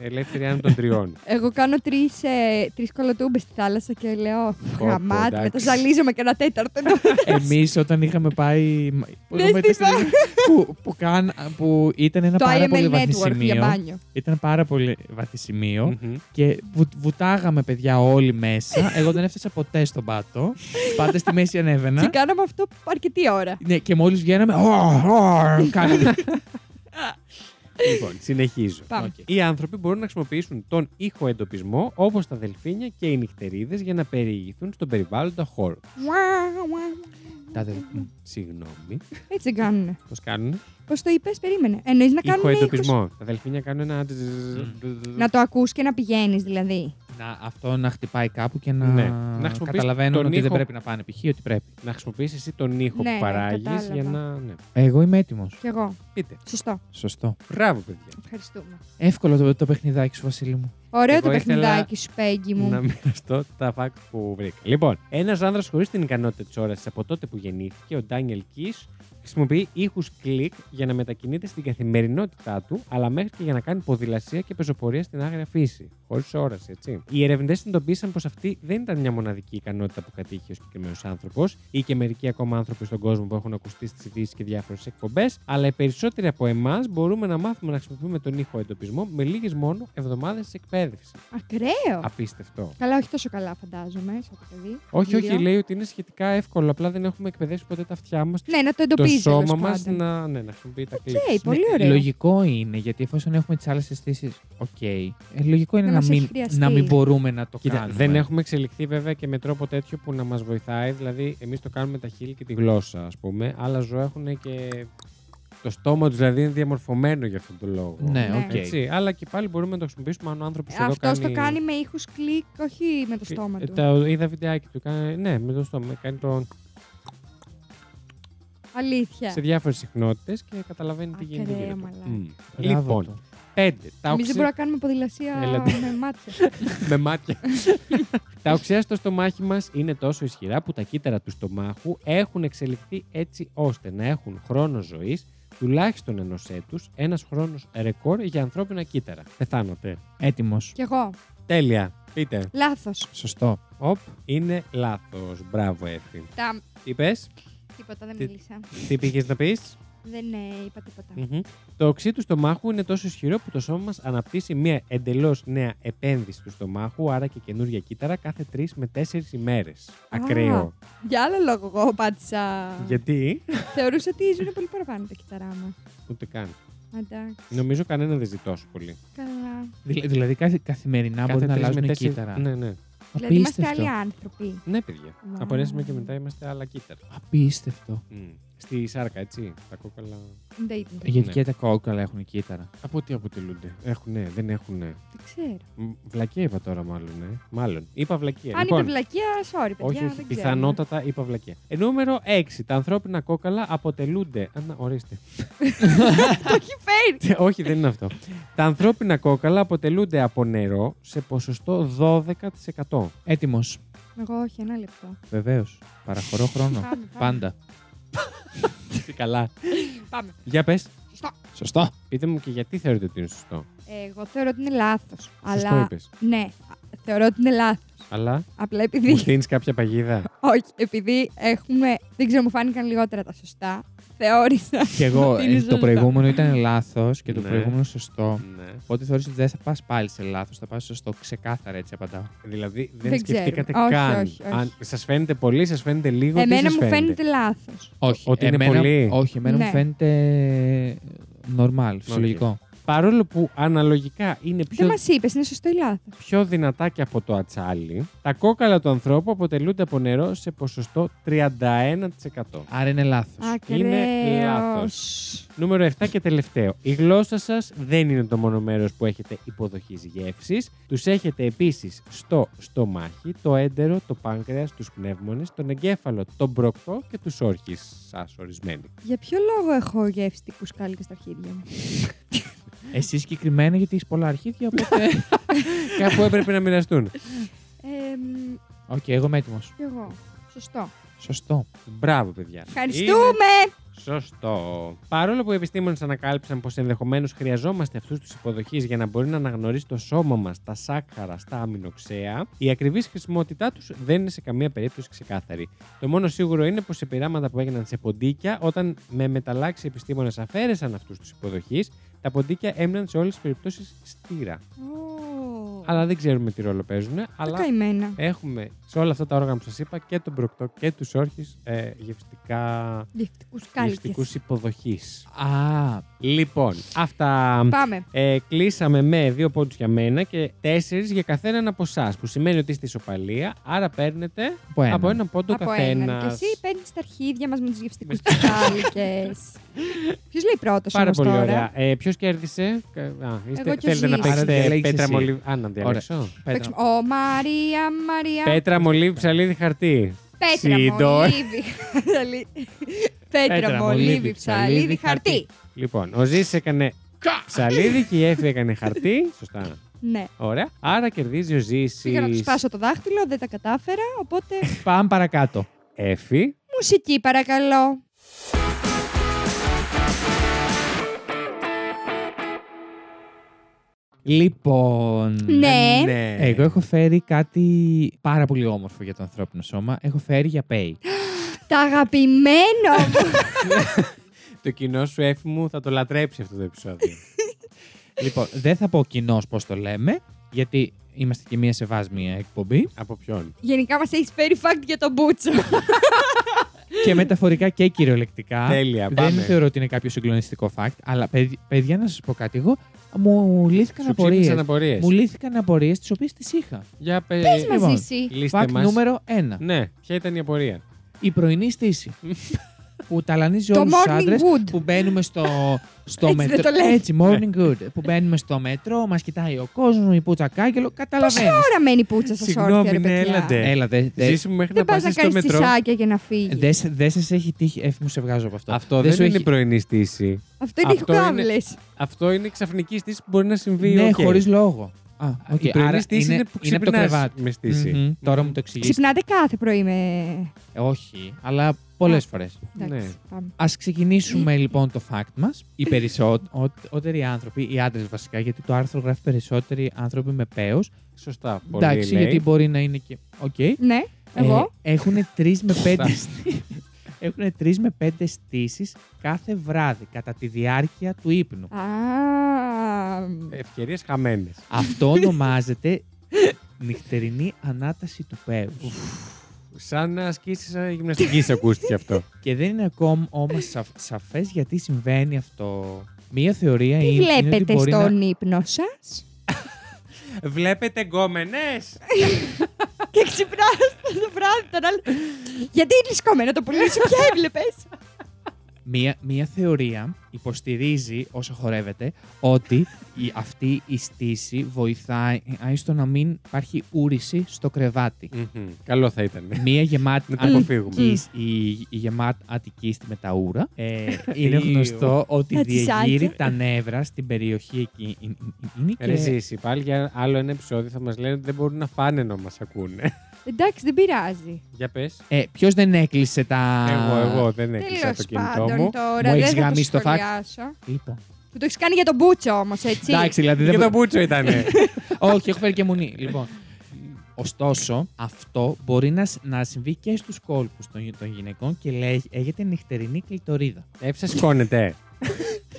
[SPEAKER 1] ελεύθερη άνω των τριών.
[SPEAKER 2] Εγώ κάνω τρεις ε, τρεις κολοτούμπες στη θάλασσα και λέω
[SPEAKER 1] πω,
[SPEAKER 2] Γαμάτι,
[SPEAKER 1] εντάξει.
[SPEAKER 2] μετά ζαλίζομαι και ένα τέταρτο.
[SPEAKER 3] Εμείς όταν είχαμε πάει.
[SPEAKER 2] Ναι, στη
[SPEAKER 3] Μετά στη- που, που, καν, που ήταν ένα
[SPEAKER 2] Το
[SPEAKER 3] πάρα πολύ
[SPEAKER 2] IML
[SPEAKER 3] βαθύ
[SPEAKER 2] Network για
[SPEAKER 3] σημείο.
[SPEAKER 2] μπάνιο.
[SPEAKER 3] Ήταν πάρα πολύ βαθύ σημείο.
[SPEAKER 1] Μμμ.
[SPEAKER 3] Και βου, βουτάγαμε παιδιά όλοι μέσα. Εγώ δεν έφτασα ποτέ στον πάτο. Πάντα στη μέση
[SPEAKER 1] Ναι.
[SPEAKER 2] Και
[SPEAKER 3] ανέβαινα.
[SPEAKER 2] κάναμε αυτό αρκετή ώρα.
[SPEAKER 3] ναι, και μόλις βγαίναμε. «Ωρ, ωρ», Κάναμε.
[SPEAKER 1] λοιπόν, συνεχίζω.
[SPEAKER 2] Πάμε.
[SPEAKER 3] Οκ.
[SPEAKER 1] Οι άνθρωποι μπορούν να χρησιμοποιήσουν τον ηχοεντοπισμό όπως τα δελφίνια και οι νυχτερίδες για να περιηγηθούν στον περιβάλλοντα χώρο.
[SPEAKER 2] Ουα, ουα.
[SPEAKER 3] Τα δε- μ.
[SPEAKER 1] Συγγνώμη,
[SPEAKER 2] Έτσι δεν κάνουνε.
[SPEAKER 1] πώς κάνουν.
[SPEAKER 2] Πώς το είπες, περίμενε. Εννοείς να κάνουν.
[SPEAKER 1] Ηχοεντοπισμό. Τα δελφίνια κάνουν ένα.
[SPEAKER 2] Να το ακού και να πηγαίνει, δηλαδή.
[SPEAKER 3] να, αυτό να χτυπάει κάπου και να,
[SPEAKER 1] Ναι. Να χρησιμοποιείς
[SPEAKER 3] καταλαβαίνουν
[SPEAKER 1] τον
[SPEAKER 3] ότι δεν
[SPEAKER 1] ήχο-
[SPEAKER 3] πρέπει να πάνε. Π.χ. ότι πρέπει.
[SPEAKER 1] να χρησιμοποιήσεις εσύ τον ήχο
[SPEAKER 2] Ναι,
[SPEAKER 1] που
[SPEAKER 2] ναι,
[SPEAKER 1] παράγεις
[SPEAKER 2] κατάλαβα.
[SPEAKER 1] για να. Ναι.
[SPEAKER 3] Εγώ είμαι έτοιμος.
[SPEAKER 2] Κι εγώ.
[SPEAKER 1] Πείτε.
[SPEAKER 2] Σωστό.
[SPEAKER 3] Σωστό.
[SPEAKER 1] Μπράβο, παιδιά.
[SPEAKER 2] Ευχαριστούμε.
[SPEAKER 3] Εύκολο το, το παιχνιδάκι σου, Βασίλη μου.
[SPEAKER 2] Ωραίο
[SPEAKER 1] Εγώ
[SPEAKER 2] το
[SPEAKER 1] ήθελα
[SPEAKER 2] παιχνιδάκι σου, Πέγγι μου.
[SPEAKER 1] Να μοιραστώ τα φακ που βρήκα. Λοιπόν, ένας άνδρας χωρίς την ικανότητα της όραση από τότε που γεννήθηκε, ο Ντάνιελ Κις, χρησιμοποιεί ήχους κλικ για να μετακινείται στην καθημερινότητά του, αλλά μέχρι και για να κάνει ποδηλασία και πεζοπορία στην άγρια φύση. Χωρίς όραση, έτσι. Οι ερευνητές συνειδητοποίησαν πως αυτή δεν ήταν μια μοναδική ικανότητα που κατήχε ο συγκεκριμένος άνθρωπος ή και μερικοί ακόμα άνθρωποι στον κόσμο που έχουν ακουστεί στις ειδήσεις και διάφορες εκπομπές, αλλά οι περισσότεροι από εμάς μπορούμε να μάθουμε να χρησιμοποιούμε τον ήχο εντοπισμό με λίγες μόνο εβδομάδες εκπαίδευση.
[SPEAKER 2] Ακραίο.
[SPEAKER 1] Απίστευτο.
[SPEAKER 2] Καλά, όχι τόσο καλά, φαντάζομαι, σαν το παιδί.
[SPEAKER 1] Όχι,
[SPEAKER 2] Λίγο.
[SPEAKER 1] όχι, λέει ότι είναι σχετικά εύκολο. Απλά δεν έχουμε εκπαιδεύσει ποτέ τα αυτιά μας,
[SPEAKER 2] Ναι, να το
[SPEAKER 1] το
[SPEAKER 2] εντοπίζεις.
[SPEAKER 1] σώμα μα να, ναι, να χρησιμοποιεί τα κλικ.
[SPEAKER 2] Οκ, πολύ
[SPEAKER 3] Ναι,
[SPEAKER 2] ωραίο.
[SPEAKER 3] Λογικό είναι, γιατί εφόσον έχουμε τις άλλες αισθήσεις, οκ. Ε, λογικό είναι
[SPEAKER 2] Δεν
[SPEAKER 3] να
[SPEAKER 2] μας
[SPEAKER 3] μην,
[SPEAKER 2] έχει χρειαστεί.
[SPEAKER 3] να μην μπορούμε να το
[SPEAKER 1] Κοίτα,
[SPEAKER 3] κάνουμε.
[SPEAKER 1] δεν έχουμε εξελιχθεί βέβαια και με τρόπο τέτοιο που να μας βοηθάει. Δηλαδή, εμείς το κάνουμε με τα χείλη και τη γλώσσα, ας πούμε. Άλλα ζώα έχουν και. Το στόμα τους δηλαδή είναι διαμορφωμένο για αυτόν τον λόγο.
[SPEAKER 3] Ναι,
[SPEAKER 2] Ναι.
[SPEAKER 3] οκ.
[SPEAKER 1] Έτσι, αλλά και πάλι μπορούμε να το χρησιμοποιήσουμε αν ο άνθρωπος εδώ
[SPEAKER 2] Αυτός
[SPEAKER 1] κάνει.
[SPEAKER 2] το κάνει με ήχους κλικ, όχι με το στόμα
[SPEAKER 1] Ε,
[SPEAKER 2] του.
[SPEAKER 1] Τα είδα βιντεάκι του. Κάνει... Ναι, με το στόμα. Κάνει τον.
[SPEAKER 2] Αλήθεια.
[SPEAKER 1] σε διάφορες συχνότητες και καταλαβαίνει τι γίνεται.
[SPEAKER 2] Ακραία
[SPEAKER 1] γύρω του.
[SPEAKER 2] μαλάκα.
[SPEAKER 1] Μμ.
[SPEAKER 3] Μπράβο
[SPEAKER 1] Λοιπόν,
[SPEAKER 3] του.
[SPEAKER 1] πέντε. Τα
[SPEAKER 2] Εμείς δεν
[SPEAKER 1] οξύ-
[SPEAKER 2] μπορούμε να κάνουμε ποδηλασία
[SPEAKER 1] Έλατε.
[SPEAKER 2] με μάτια.
[SPEAKER 1] με μάτια. τα οξέα στο στομάχι μας είναι τόσο ισχυρά που τα κύτταρα του στομάχου έχουν εξελιχθεί έτσι ώστε να έχουν χρόνο ζωής τουλάχιστον ενός έτους, ένας χρόνος ρεκόρ για ανθρώπινα κύτταρα. Πεθάνατε.
[SPEAKER 3] Έτοιμος.
[SPEAKER 2] Κι εγώ.
[SPEAKER 1] Τέλεια. Πείτε.
[SPEAKER 2] Λάθος.
[SPEAKER 3] Σωστό.
[SPEAKER 1] Οπ, είναι λάθος. Μπράβο, Εφη.
[SPEAKER 2] Τα...
[SPEAKER 1] Τι πες,
[SPEAKER 2] Τίποτα δεν
[SPEAKER 1] Τι-
[SPEAKER 2] μίλησα.
[SPEAKER 1] τι πήγες να πεις.
[SPEAKER 2] Δεν ε, είπα τίποτα.
[SPEAKER 1] Μμμ. Το οξύ του στομάχου είναι τόσο ισχυρό που το σώμα μας αναπτύσσει μια εντελώς νέα επένδυση του στομάχου, άρα και καινούργια κύτταρα, κάθε 3 με 4 ημέρε. Ακραίο.
[SPEAKER 2] Για άλλο λόγο, εγώ πάτησα.
[SPEAKER 1] Γιατί.
[SPEAKER 2] Θεωρούσα ότι ζουν πολύ παραπάνω τα κύτταρά μου.
[SPEAKER 1] Ούτε καν.
[SPEAKER 2] Εντάξει.
[SPEAKER 1] Νομίζω κανένα δεν ζει τόσο πολύ.
[SPEAKER 2] Καλά.
[SPEAKER 3] Δηλα- δηλαδή κάθε- καθημερινά μπορεί να
[SPEAKER 1] τρεις
[SPEAKER 3] αλλάζουν
[SPEAKER 1] τέσσερις-
[SPEAKER 3] κύτταρα.
[SPEAKER 1] Ναι, ναι.
[SPEAKER 2] Δηλαδή είμαστε
[SPEAKER 3] Απίστευτο.
[SPEAKER 2] άλλοι άνθρωποι.
[SPEAKER 1] Ναι, παιδιά.
[SPEAKER 2] Wow.
[SPEAKER 1] Από ένα σημείο και μετά είμαστε άλλα κύτταρα.
[SPEAKER 3] Απίστευτο.
[SPEAKER 1] Μμ. Στη σάρκα, έτσι. Τα κόκαλα.
[SPEAKER 2] Δεν ήταν.
[SPEAKER 3] Ε, Γιατί
[SPEAKER 1] Ναι.
[SPEAKER 3] και τα κόκκαλα έχουν κύτταρα.
[SPEAKER 1] Από τι αποτελούνται. Έχουνε, δεν έχουνε.
[SPEAKER 2] Δεν ξέρω.
[SPEAKER 1] Μ, Βλακεία είπα τώρα, μάλλον. Ε. Μάλλον. Είπα βλακεία. Λοιπόν,
[SPEAKER 2] Αν είναι βλακεία, sorry,
[SPEAKER 1] Ε,
[SPEAKER 2] παιδιά.
[SPEAKER 1] Όχι,
[SPEAKER 2] δεν
[SPEAKER 1] όχι.
[SPEAKER 2] ξέρω.
[SPEAKER 1] Πιθανότατα είπα βλακεία. Ε, νούμερο 6. Τα ανθρώπινα κόκαλα αποτελούνται. Α, να, ορίστε.
[SPEAKER 2] Το έχει φέρει.
[SPEAKER 1] Τε- όχι, δεν είναι αυτό. Τα ανθρώπινα κόκαλα αποτελούνται από νερό σε ποσοστό 12%.
[SPEAKER 3] Έτοιμος.
[SPEAKER 2] Εγώ όχι, ένα λεπτό.
[SPEAKER 3] Βεβαίως. Παραχωρώ χρόνο.
[SPEAKER 2] Πάμε, πάμε.
[SPEAKER 3] Πάντα.
[SPEAKER 1] Καλά.
[SPEAKER 2] Πάμε.
[SPEAKER 1] Για πες.
[SPEAKER 2] Σωστό.
[SPEAKER 3] Σωστό.
[SPEAKER 1] Πείτε μου και γιατί θεωρείτε ότι είναι σωστό.
[SPEAKER 2] Ε, Εγώ θεωρώ ότι είναι λάθος.
[SPEAKER 1] Σωστό
[SPEAKER 2] Αλλά.
[SPEAKER 1] είπες.
[SPEAKER 2] Ναι, θεωρώ ότι είναι λάθος.
[SPEAKER 1] Αλλά
[SPEAKER 2] Απλά
[SPEAKER 1] μου
[SPEAKER 2] επειδή.
[SPEAKER 1] στείνει κάποια παγίδα.
[SPEAKER 2] όχι, επειδή έχουμε. Δεν ξέρω, μου φάνηκαν λιγότερα τα σωστά. Θεώρησα.
[SPEAKER 3] Και εγώ
[SPEAKER 2] ότι είναι
[SPEAKER 3] ε, το
[SPEAKER 2] σωστά.
[SPEAKER 3] προηγούμενο ήταν λάθος και το
[SPEAKER 1] Ναι.
[SPEAKER 3] προηγούμενο σωστό.
[SPEAKER 1] ναι.
[SPEAKER 3] Οπότε θεωρείς ότι δεν θα πας πάλι σε λάθος, θα πας σωστό. Ξεκάθαρα έτσι απαντάω.
[SPEAKER 1] Δηλαδή δεν,
[SPEAKER 2] Δεν
[SPEAKER 1] σκεφτήκατε
[SPEAKER 2] ξέρουμε. Όχι,
[SPEAKER 1] καν.
[SPEAKER 2] όχι, όχι.
[SPEAKER 1] Αν σας φαίνεται πολύ, σας φαίνεται λίγο. τι
[SPEAKER 2] Εμένα
[SPEAKER 1] σας
[SPEAKER 2] μου φαίνεται λάθος.
[SPEAKER 3] Όχι.
[SPEAKER 1] Ότι είναι
[SPEAKER 3] εμένα,
[SPEAKER 1] πολύ.
[SPEAKER 3] Όχι, εμένα μου
[SPEAKER 2] Ναι.
[SPEAKER 3] φαίνεται normal, φυσιολογικό.
[SPEAKER 1] Παρόλο που αναλογικά είναι πιο,
[SPEAKER 2] Δεν μας είπες, είναι σωστό ή λάθος.
[SPEAKER 1] πιο δυνατά και από το ατσάλι, τα κόκαλα του ανθρώπου αποτελούνται από νερό σε ποσοστό 31%.
[SPEAKER 3] Άρα είναι λάθος.
[SPEAKER 1] Είναι λάθος. Νούμερο 7 και τελευταίο. Η γλώσσα σας δεν είναι το μόνο μέρος που έχετε υποδοχής γεύσης. Τους έχετε επίσης στο στομάχι, το έντερο, το πάνκρεας, τους πνεύμονες, τον εγκέφαλο, τον μπροκτό και τους όρχες σας ορισμένοι.
[SPEAKER 2] Για ποιο λόγο έχω γευστικού κάλικε στα χέρια μου.
[SPEAKER 3] Εσύ συγκεκριμένα γιατί έχεις πολλά αρχίδια, οπότε.
[SPEAKER 1] Κάπου έπρεπε να μοιραστούν.
[SPEAKER 2] Ε, μ,
[SPEAKER 3] Οκ, εγώ είμαι έτοιμος.
[SPEAKER 2] κι εγώ. Σωστό.
[SPEAKER 3] Σωστό.
[SPEAKER 1] Μπράβο, παιδιά. Είναι
[SPEAKER 2] Ευχαριστούμε!
[SPEAKER 1] Σωστό. Παρόλο που οι επιστήμονες ανακάλυψαν πως ενδεχομένως χρειαζόμαστε αυτούς τους υποδοχείς για να μπορεί να αναγνωρίσει το σώμα μας τα σάκχαρα στα αμινοξέα, η ακριβής χρησιμότητά τους δεν είναι σε καμία περίπτωση ξεκάθαρη. Το μόνο σίγουρο είναι πως σε πειράματα που έγιναν σε ποντίκια, όταν με μεταλλάξει επιστήμονες αφαίρεσαν αυτούς τους υποδοχείς, τα ποντίκια έμειναν σε όλες τις περιπτώσεις στήρα.
[SPEAKER 2] Ω,
[SPEAKER 1] Αλλά δεν ξέρουμε τι ρόλο παίζουν.
[SPEAKER 2] τα
[SPEAKER 1] Αλλά Ε,
[SPEAKER 2] Καημένα.
[SPEAKER 1] έχουμε σε όλα αυτά τα όργανα που σας είπα και τον προκτό και τους όρχε ε, γευστικά.
[SPEAKER 2] Γευστικούς
[SPEAKER 1] Γευστικού
[SPEAKER 2] κάλικε.
[SPEAKER 1] υποδοχής.
[SPEAKER 3] Α,
[SPEAKER 1] Λοιπόν, αυτά.
[SPEAKER 2] Πάμε.
[SPEAKER 1] Ε, κλείσαμε με δύο πόντους για μένα και τέσσερις για καθέναν από εσάς. Που σημαίνει ότι είστε ισοπαλία, άρα παίρνετε
[SPEAKER 3] από ένα.
[SPEAKER 1] από έναν πόντο
[SPEAKER 2] Από έναν. Και
[SPEAKER 1] καθένα.
[SPEAKER 2] εσύ παίρνεις τα αρχίδια μας με τους γευστικούς κάλικε. Ποιος λέει πρώτος
[SPEAKER 1] Πάρα πολύ
[SPEAKER 2] τώρα.
[SPEAKER 1] ωραία. Ε, Ποιος κέρδισε. Κα- Α,
[SPEAKER 2] Εγώ
[SPEAKER 1] είστε,
[SPEAKER 2] και ο
[SPEAKER 1] θέλετε να
[SPEAKER 2] Ζήλης.
[SPEAKER 3] Άρα
[SPEAKER 1] παίξετε
[SPEAKER 3] διαλέγεις
[SPEAKER 1] πέτρα
[SPEAKER 3] εσύ.
[SPEAKER 1] μολύβι. Α, να διαλέξω.
[SPEAKER 3] Πέτρα.
[SPEAKER 2] Παίξουμε. Ω Μαρία, Μαρία.
[SPEAKER 1] Πέτρα μολύβι ψαλίδι χαρτί.
[SPEAKER 2] Πέτρα,
[SPEAKER 1] Σύντο.
[SPEAKER 2] μολύβι, χαρτί.
[SPEAKER 3] Πέτρα,
[SPEAKER 2] Πέτρα,
[SPEAKER 3] μολύβι,
[SPEAKER 2] μολύβι, ψαλίδι,
[SPEAKER 3] ψαλίδι,
[SPEAKER 2] χαρτί.
[SPEAKER 1] Λοιπόν, ο Ζή έκανε ψαλίδι και η Εφη έκανε χαρτί. Σωστά.
[SPEAKER 2] Ναι.
[SPEAKER 1] Ωραία. Άρα κερδίζει ο
[SPEAKER 2] Πήγα να του
[SPEAKER 1] Ζήση.
[SPEAKER 2] σπάσω το δάχτυλο, δεν τα κατάφερα, οπότε.
[SPEAKER 3] Πάμε παρακάτω.
[SPEAKER 1] Εφη.
[SPEAKER 2] Μουσική, παρακαλώ.
[SPEAKER 3] Λοιπόν.
[SPEAKER 2] Ναι.
[SPEAKER 3] Εγώ έχω φέρει κάτι πάρα πολύ όμορφο για το ανθρώπινο σώμα. Έχω φέρει για pay.
[SPEAKER 2] Τα αγαπημένο μου.
[SPEAKER 1] Το κοινό σου, Εφη μου, θα το λατρέψει αυτό το επεισόδιο.
[SPEAKER 3] λοιπόν, δεν θα πω κοινώ πώς το λέμε, γιατί είμαστε και μία σεβάσμια εκπομπή.
[SPEAKER 1] Από ποιον.
[SPEAKER 2] Γενικά μας έχεις φέρει fact για τον Μπούτσο.
[SPEAKER 3] και μεταφορικά και κυριολεκτικά.
[SPEAKER 1] Τέλεια,
[SPEAKER 3] Δεν
[SPEAKER 1] πάμε.
[SPEAKER 3] θεωρώ ότι είναι κάποιο συγκλονιστικό fact, αλλά παιδι- παιδιά, να σας πω κάτι. Εγώ μου λύθηκαν
[SPEAKER 1] Σου ξύπνησαν
[SPEAKER 3] απορίες.
[SPEAKER 1] απορίες.
[SPEAKER 3] Μου λύθηκαν απορίες τις οποίες τις είχα.
[SPEAKER 1] Για πε...
[SPEAKER 2] Πες
[SPEAKER 3] λοιπόν.
[SPEAKER 2] μαζί εσύ.
[SPEAKER 1] Λύστε
[SPEAKER 3] Fact
[SPEAKER 1] μας.
[SPEAKER 3] νούμερο 1.
[SPEAKER 1] Ναι, ποια ήταν η απορία.
[SPEAKER 3] Η πρωινή στήση. που ταλανίζει
[SPEAKER 2] Το
[SPEAKER 3] όλους τους
[SPEAKER 2] morning
[SPEAKER 3] άντρες
[SPEAKER 2] wood.
[SPEAKER 3] που μπαίνουμε στο, στο
[SPEAKER 2] Έτσι δεν
[SPEAKER 3] μετρό.
[SPEAKER 2] το λένε.
[SPEAKER 3] Έτσι, morning
[SPEAKER 1] Ναι.
[SPEAKER 3] good. που μπαίνουμε στο μέτρο, μας κοιτάει ο κόσμος, η πούτσα κάγκελο.
[SPEAKER 2] Πόση
[SPEAKER 3] Καταλαβαίνει.
[SPEAKER 2] ώρα μένει η πούτσα σα
[SPEAKER 1] Συγγνώμη,
[SPEAKER 2] όρθια, ρε
[SPEAKER 1] ναι, έλατε.
[SPEAKER 2] παιδιά.
[SPEAKER 3] Έλα, δεν δε,
[SPEAKER 1] Ζήσου μου μέχρι
[SPEAKER 2] Δεν
[SPEAKER 1] να
[SPEAKER 2] πας
[SPEAKER 1] πας
[SPEAKER 2] να
[SPEAKER 1] στο
[SPEAKER 2] κάνεις
[SPEAKER 1] μετρό.
[SPEAKER 2] τσισάκια για να φύγεις.
[SPEAKER 3] δεν σε- δεν σας έχει τύχει. Εύη μου σε βγάζω από αυτό.
[SPEAKER 1] Αυτό
[SPEAKER 3] δεν
[SPEAKER 1] δεν,
[SPEAKER 3] σου
[SPEAKER 1] είναι
[SPEAKER 3] έχει-
[SPEAKER 1] πρωινή στήση.
[SPEAKER 2] Αυτό είναι οι
[SPEAKER 1] Αυτό είναι-
[SPEAKER 2] κουκάβλες.
[SPEAKER 1] Αυτό είναι ξαφνική στήση που μπορεί να συμβεί.
[SPEAKER 3] Ναι,
[SPEAKER 1] οκ.
[SPEAKER 3] χωρίς λόγο. Α, οκ.
[SPEAKER 1] Η πρωινή
[SPEAKER 3] Άρα
[SPEAKER 1] στήση είναι, που
[SPEAKER 3] είναι από το
[SPEAKER 1] ξυπνάς
[SPEAKER 3] κρεβάτι.
[SPEAKER 1] με στήση.
[SPEAKER 3] Μμμ. Τώρα μου το εξηγήσετε.
[SPEAKER 2] Ξυπνάτε κάθε πρωί με.
[SPEAKER 3] Ε, Όχι, αλλά πολλές
[SPEAKER 2] Α.
[SPEAKER 3] φορές.
[SPEAKER 1] Ναι.
[SPEAKER 2] Εντάξει, πάμε.
[SPEAKER 3] Ας ξεκινήσουμε λοιπόν το fact μας. Οι περισσότεροι άνθρωποι, οι άντρες βασικά, γιατί το άρθρο γράφει περισσότεροι άνθρωποι με παίο.
[SPEAKER 1] Σωστά. Πολύ
[SPEAKER 3] Εντάξει,
[SPEAKER 1] λέει.
[SPEAKER 3] Ε, γιατί μπορεί να είναι και. Οκ.
[SPEAKER 2] Ναι, εγώ.
[SPEAKER 3] έχουν τρεις με πέντε. έχουν τρεις με πέντε στήσεις κάθε βράδυ κατά τη διάρκεια του ύπνου.
[SPEAKER 2] Α,
[SPEAKER 1] Ευκαιρίες χαμένες.
[SPEAKER 3] Αυτό ονομάζεται νυχτερινή ανάταση του πέους.
[SPEAKER 1] Σαν να ασκήσεις γυμναστικής, ακούστηκε αυτό.
[SPEAKER 3] Και δεν είναι ακόμα όμως σαφ, σαφές γιατί συμβαίνει αυτό. Μία θεωρία
[SPEAKER 2] τι
[SPEAKER 3] είναι, είναι ότι
[SPEAKER 2] βλέπετε
[SPEAKER 3] μπορεί να-
[SPEAKER 2] στον ύπνο σας
[SPEAKER 1] Βλέπετε γκόμενες.
[SPEAKER 2] Και ξυπνάς το βράδυ τον άλλο. Γιατί είναι σκόμενο το πουλί σου, ποια έβλεπες.
[SPEAKER 3] Μία, μία θεωρία υποστηρίζει όσο χορεύεται ότι η, αυτή η στήση βοηθάει ε, στο να μην υπάρχει ούρηση στο κρεβάτι.
[SPEAKER 1] Καλό θα ήταν.
[SPEAKER 3] Μία γεμάτη
[SPEAKER 1] Να το αποφύγουμε.
[SPEAKER 3] αττική- η, η γεμάτη Αττική με τα ούρα. Ε, είναι γνωστό ότι
[SPEAKER 2] Τα τσισάκια.
[SPEAKER 3] διεγείρει τα νεύρα στην περιοχή εκεί. Ε, Είναι
[SPEAKER 1] Ρε
[SPEAKER 3] και...
[SPEAKER 1] Ζήση, πάλι για άλλο ένα επεισόδιο θα μα λένε ότι δεν μπορούν να φάνε να μα ακούνε.
[SPEAKER 2] Εντάξει, δεν πειράζει.
[SPEAKER 1] Για πες.
[SPEAKER 3] Ε, Ποιος δεν έκλεισε τα.
[SPEAKER 1] Εγώ, εγώ δεν έκλεισα το
[SPEAKER 2] Τέλο
[SPEAKER 1] κινητό
[SPEAKER 2] πάντων
[SPEAKER 1] μου.
[SPEAKER 2] τώρα,
[SPEAKER 3] έχεις
[SPEAKER 2] δεν θα το
[SPEAKER 3] γαμίσει το fact.
[SPEAKER 2] σχολιάσω.
[SPEAKER 3] Λοιπόν.
[SPEAKER 2] Του το έχεις κάνει για τον Μπούτσο όμως, έτσι.
[SPEAKER 3] Εντάξει, δηλαδή
[SPEAKER 1] Και
[SPEAKER 3] δεν
[SPEAKER 1] το μπούτσο ήταν.
[SPEAKER 3] Όχι, έχω φέρει και μουνή. Λοιπόν. Ωστόσο, αυτό μπορεί να, σ- να συμβεί και στους κόλπους των, γυ- των γυναικών και λέγ- λέγεται νυχτερινή κλειτορίδα.
[SPEAKER 1] Έψα σηκώνεται.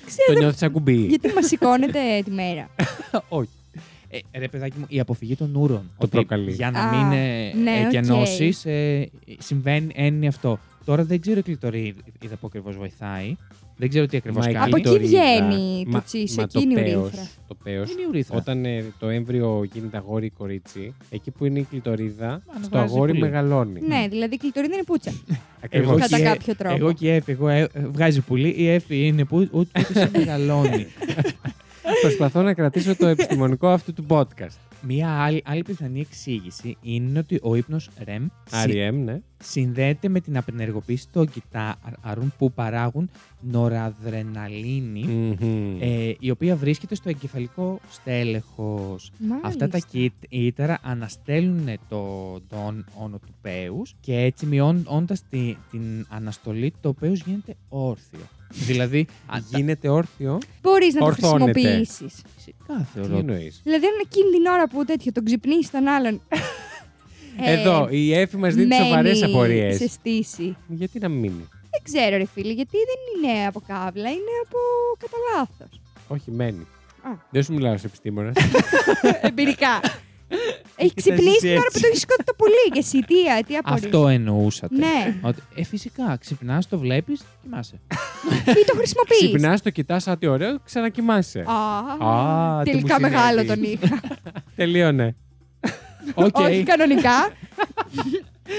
[SPEAKER 2] ξέρω.
[SPEAKER 1] Το νιώθεις σαν κουμπί.
[SPEAKER 2] Γιατί μας σηκώνεται τη μέρα.
[SPEAKER 3] Όχι. Ε, ρε παιδάκι μου, η αποφυγή των ούρων. Ότι
[SPEAKER 1] προκαλεί.
[SPEAKER 3] Για να
[SPEAKER 2] Α,
[SPEAKER 3] μην ε,
[SPEAKER 2] ναι, οκ.
[SPEAKER 3] εκενώσεις, ε, συμβαίνει, έννοια αυτό. Τώρα δεν ξέρω η κλειτορίδα που ακριβώς βοηθάει. Δεν ξέρω τι ακριβώς
[SPEAKER 1] Μα η
[SPEAKER 3] κάνει.
[SPEAKER 2] Από εκεί
[SPEAKER 1] κλειτορίδα-
[SPEAKER 2] βγαίνει το
[SPEAKER 1] Μα-
[SPEAKER 2] τσίσο,
[SPEAKER 1] μα το
[SPEAKER 2] εκείνη η
[SPEAKER 1] πέος-
[SPEAKER 2] ουρήθρα.
[SPEAKER 1] Το πέος
[SPEAKER 3] Είναι η ουρήθρα.
[SPEAKER 1] Όταν ε, το έμβριο γίνεται αγόρι ή κορίτσι, εκεί που είναι η κλειτορίδα,
[SPEAKER 3] Ανεβάζει
[SPEAKER 1] στο αγόρι
[SPEAKER 3] πουλί.
[SPEAKER 1] μεγαλώνει.
[SPEAKER 2] ναι, δηλαδή η κλειτορίδα είναι πούτσα.
[SPEAKER 1] Ακριβώς.
[SPEAKER 2] Κατά
[SPEAKER 3] και-
[SPEAKER 2] κάποιο τρόπο.
[SPEAKER 3] Εγώ και η Εφη, εγώ ε, ε, βγάζει πουλί, η Εφη είναι που ούτε ούτε σε μεγαλώνει.
[SPEAKER 1] Προσπαθώ να κρατήσω το επιστημονικό αυτού του podcast.
[SPEAKER 3] Μία άλλη, άλλη πιθανή εξήγηση είναι ότι ο ύπνος REM συ-
[SPEAKER 1] REM, ναι.
[SPEAKER 3] συνδέεται με την απενεργοποίηση των κυτάρων που παράγουν νοραδρεναλίνη,
[SPEAKER 1] Μμμ.
[SPEAKER 3] ε, η οποία βρίσκεται στο εγκεφαλικό στέλεχος.
[SPEAKER 2] Μάλιστα.
[SPEAKER 3] Αυτά τα κύ- κύτταρα αναστέλουν το, τον όνο του πέους και έτσι μειώνοντα την αναστολή, το πέους γίνεται όρθιο. δηλαδή, αν τα-
[SPEAKER 1] Γίνεται όρθιο.
[SPEAKER 2] Μπορείς να το
[SPEAKER 1] Ορθώνεται.
[SPEAKER 2] χρησιμοποιήσεις.
[SPEAKER 3] φυσικά
[SPEAKER 1] Τι
[SPEAKER 3] θεωρώ.
[SPEAKER 1] εννοείς.
[SPEAKER 2] Δηλαδή, αν εκείνη την ώρα που τέτοιο τον ξυπνήσει τον άλλον. ε,
[SPEAKER 1] Εδώ η Εφη μας δίνει
[SPEAKER 2] μένει
[SPEAKER 1] σοβαρές
[SPEAKER 2] Σε
[SPEAKER 1] απορίε.
[SPEAKER 2] στήση.
[SPEAKER 1] Γιατί να μείνει.
[SPEAKER 2] Δεν ξέρω, ρε φίλε, γιατί δεν είναι από καύλα, είναι από κατά λάθος.
[SPEAKER 1] Όχι, μένει.
[SPEAKER 2] Α.
[SPEAKER 1] Δεν σου μιλάω ως επιστήμονας.
[SPEAKER 2] Ε, Εμπειρικά. Έχει
[SPEAKER 1] Κοιτάζεις
[SPEAKER 2] ξυπνήσει την ώρα
[SPEAKER 1] έτσι.
[SPEAKER 2] που το έχεις σκότει το πουλί και εσύ τι, α, τι απορείς.
[SPEAKER 3] Αυτό εννοούσατε.
[SPEAKER 2] Ναι,
[SPEAKER 3] Ότι, ε, φυσικά, ξυπνάς, το βλέπεις, κοιμάσαι.
[SPEAKER 2] ή το χρησιμοποιείς.
[SPEAKER 1] Ξυπνάς, το κοιτάς, α τι ωραίο, ξανακοιμάσαι. Α,
[SPEAKER 2] Α,
[SPEAKER 1] τι μου
[SPEAKER 2] τελικά
[SPEAKER 1] συνέβη.
[SPEAKER 2] μεγάλο τον είχα.
[SPEAKER 1] Τελείωνε.
[SPEAKER 3] Οκ.
[SPEAKER 2] Όχι κανονικά.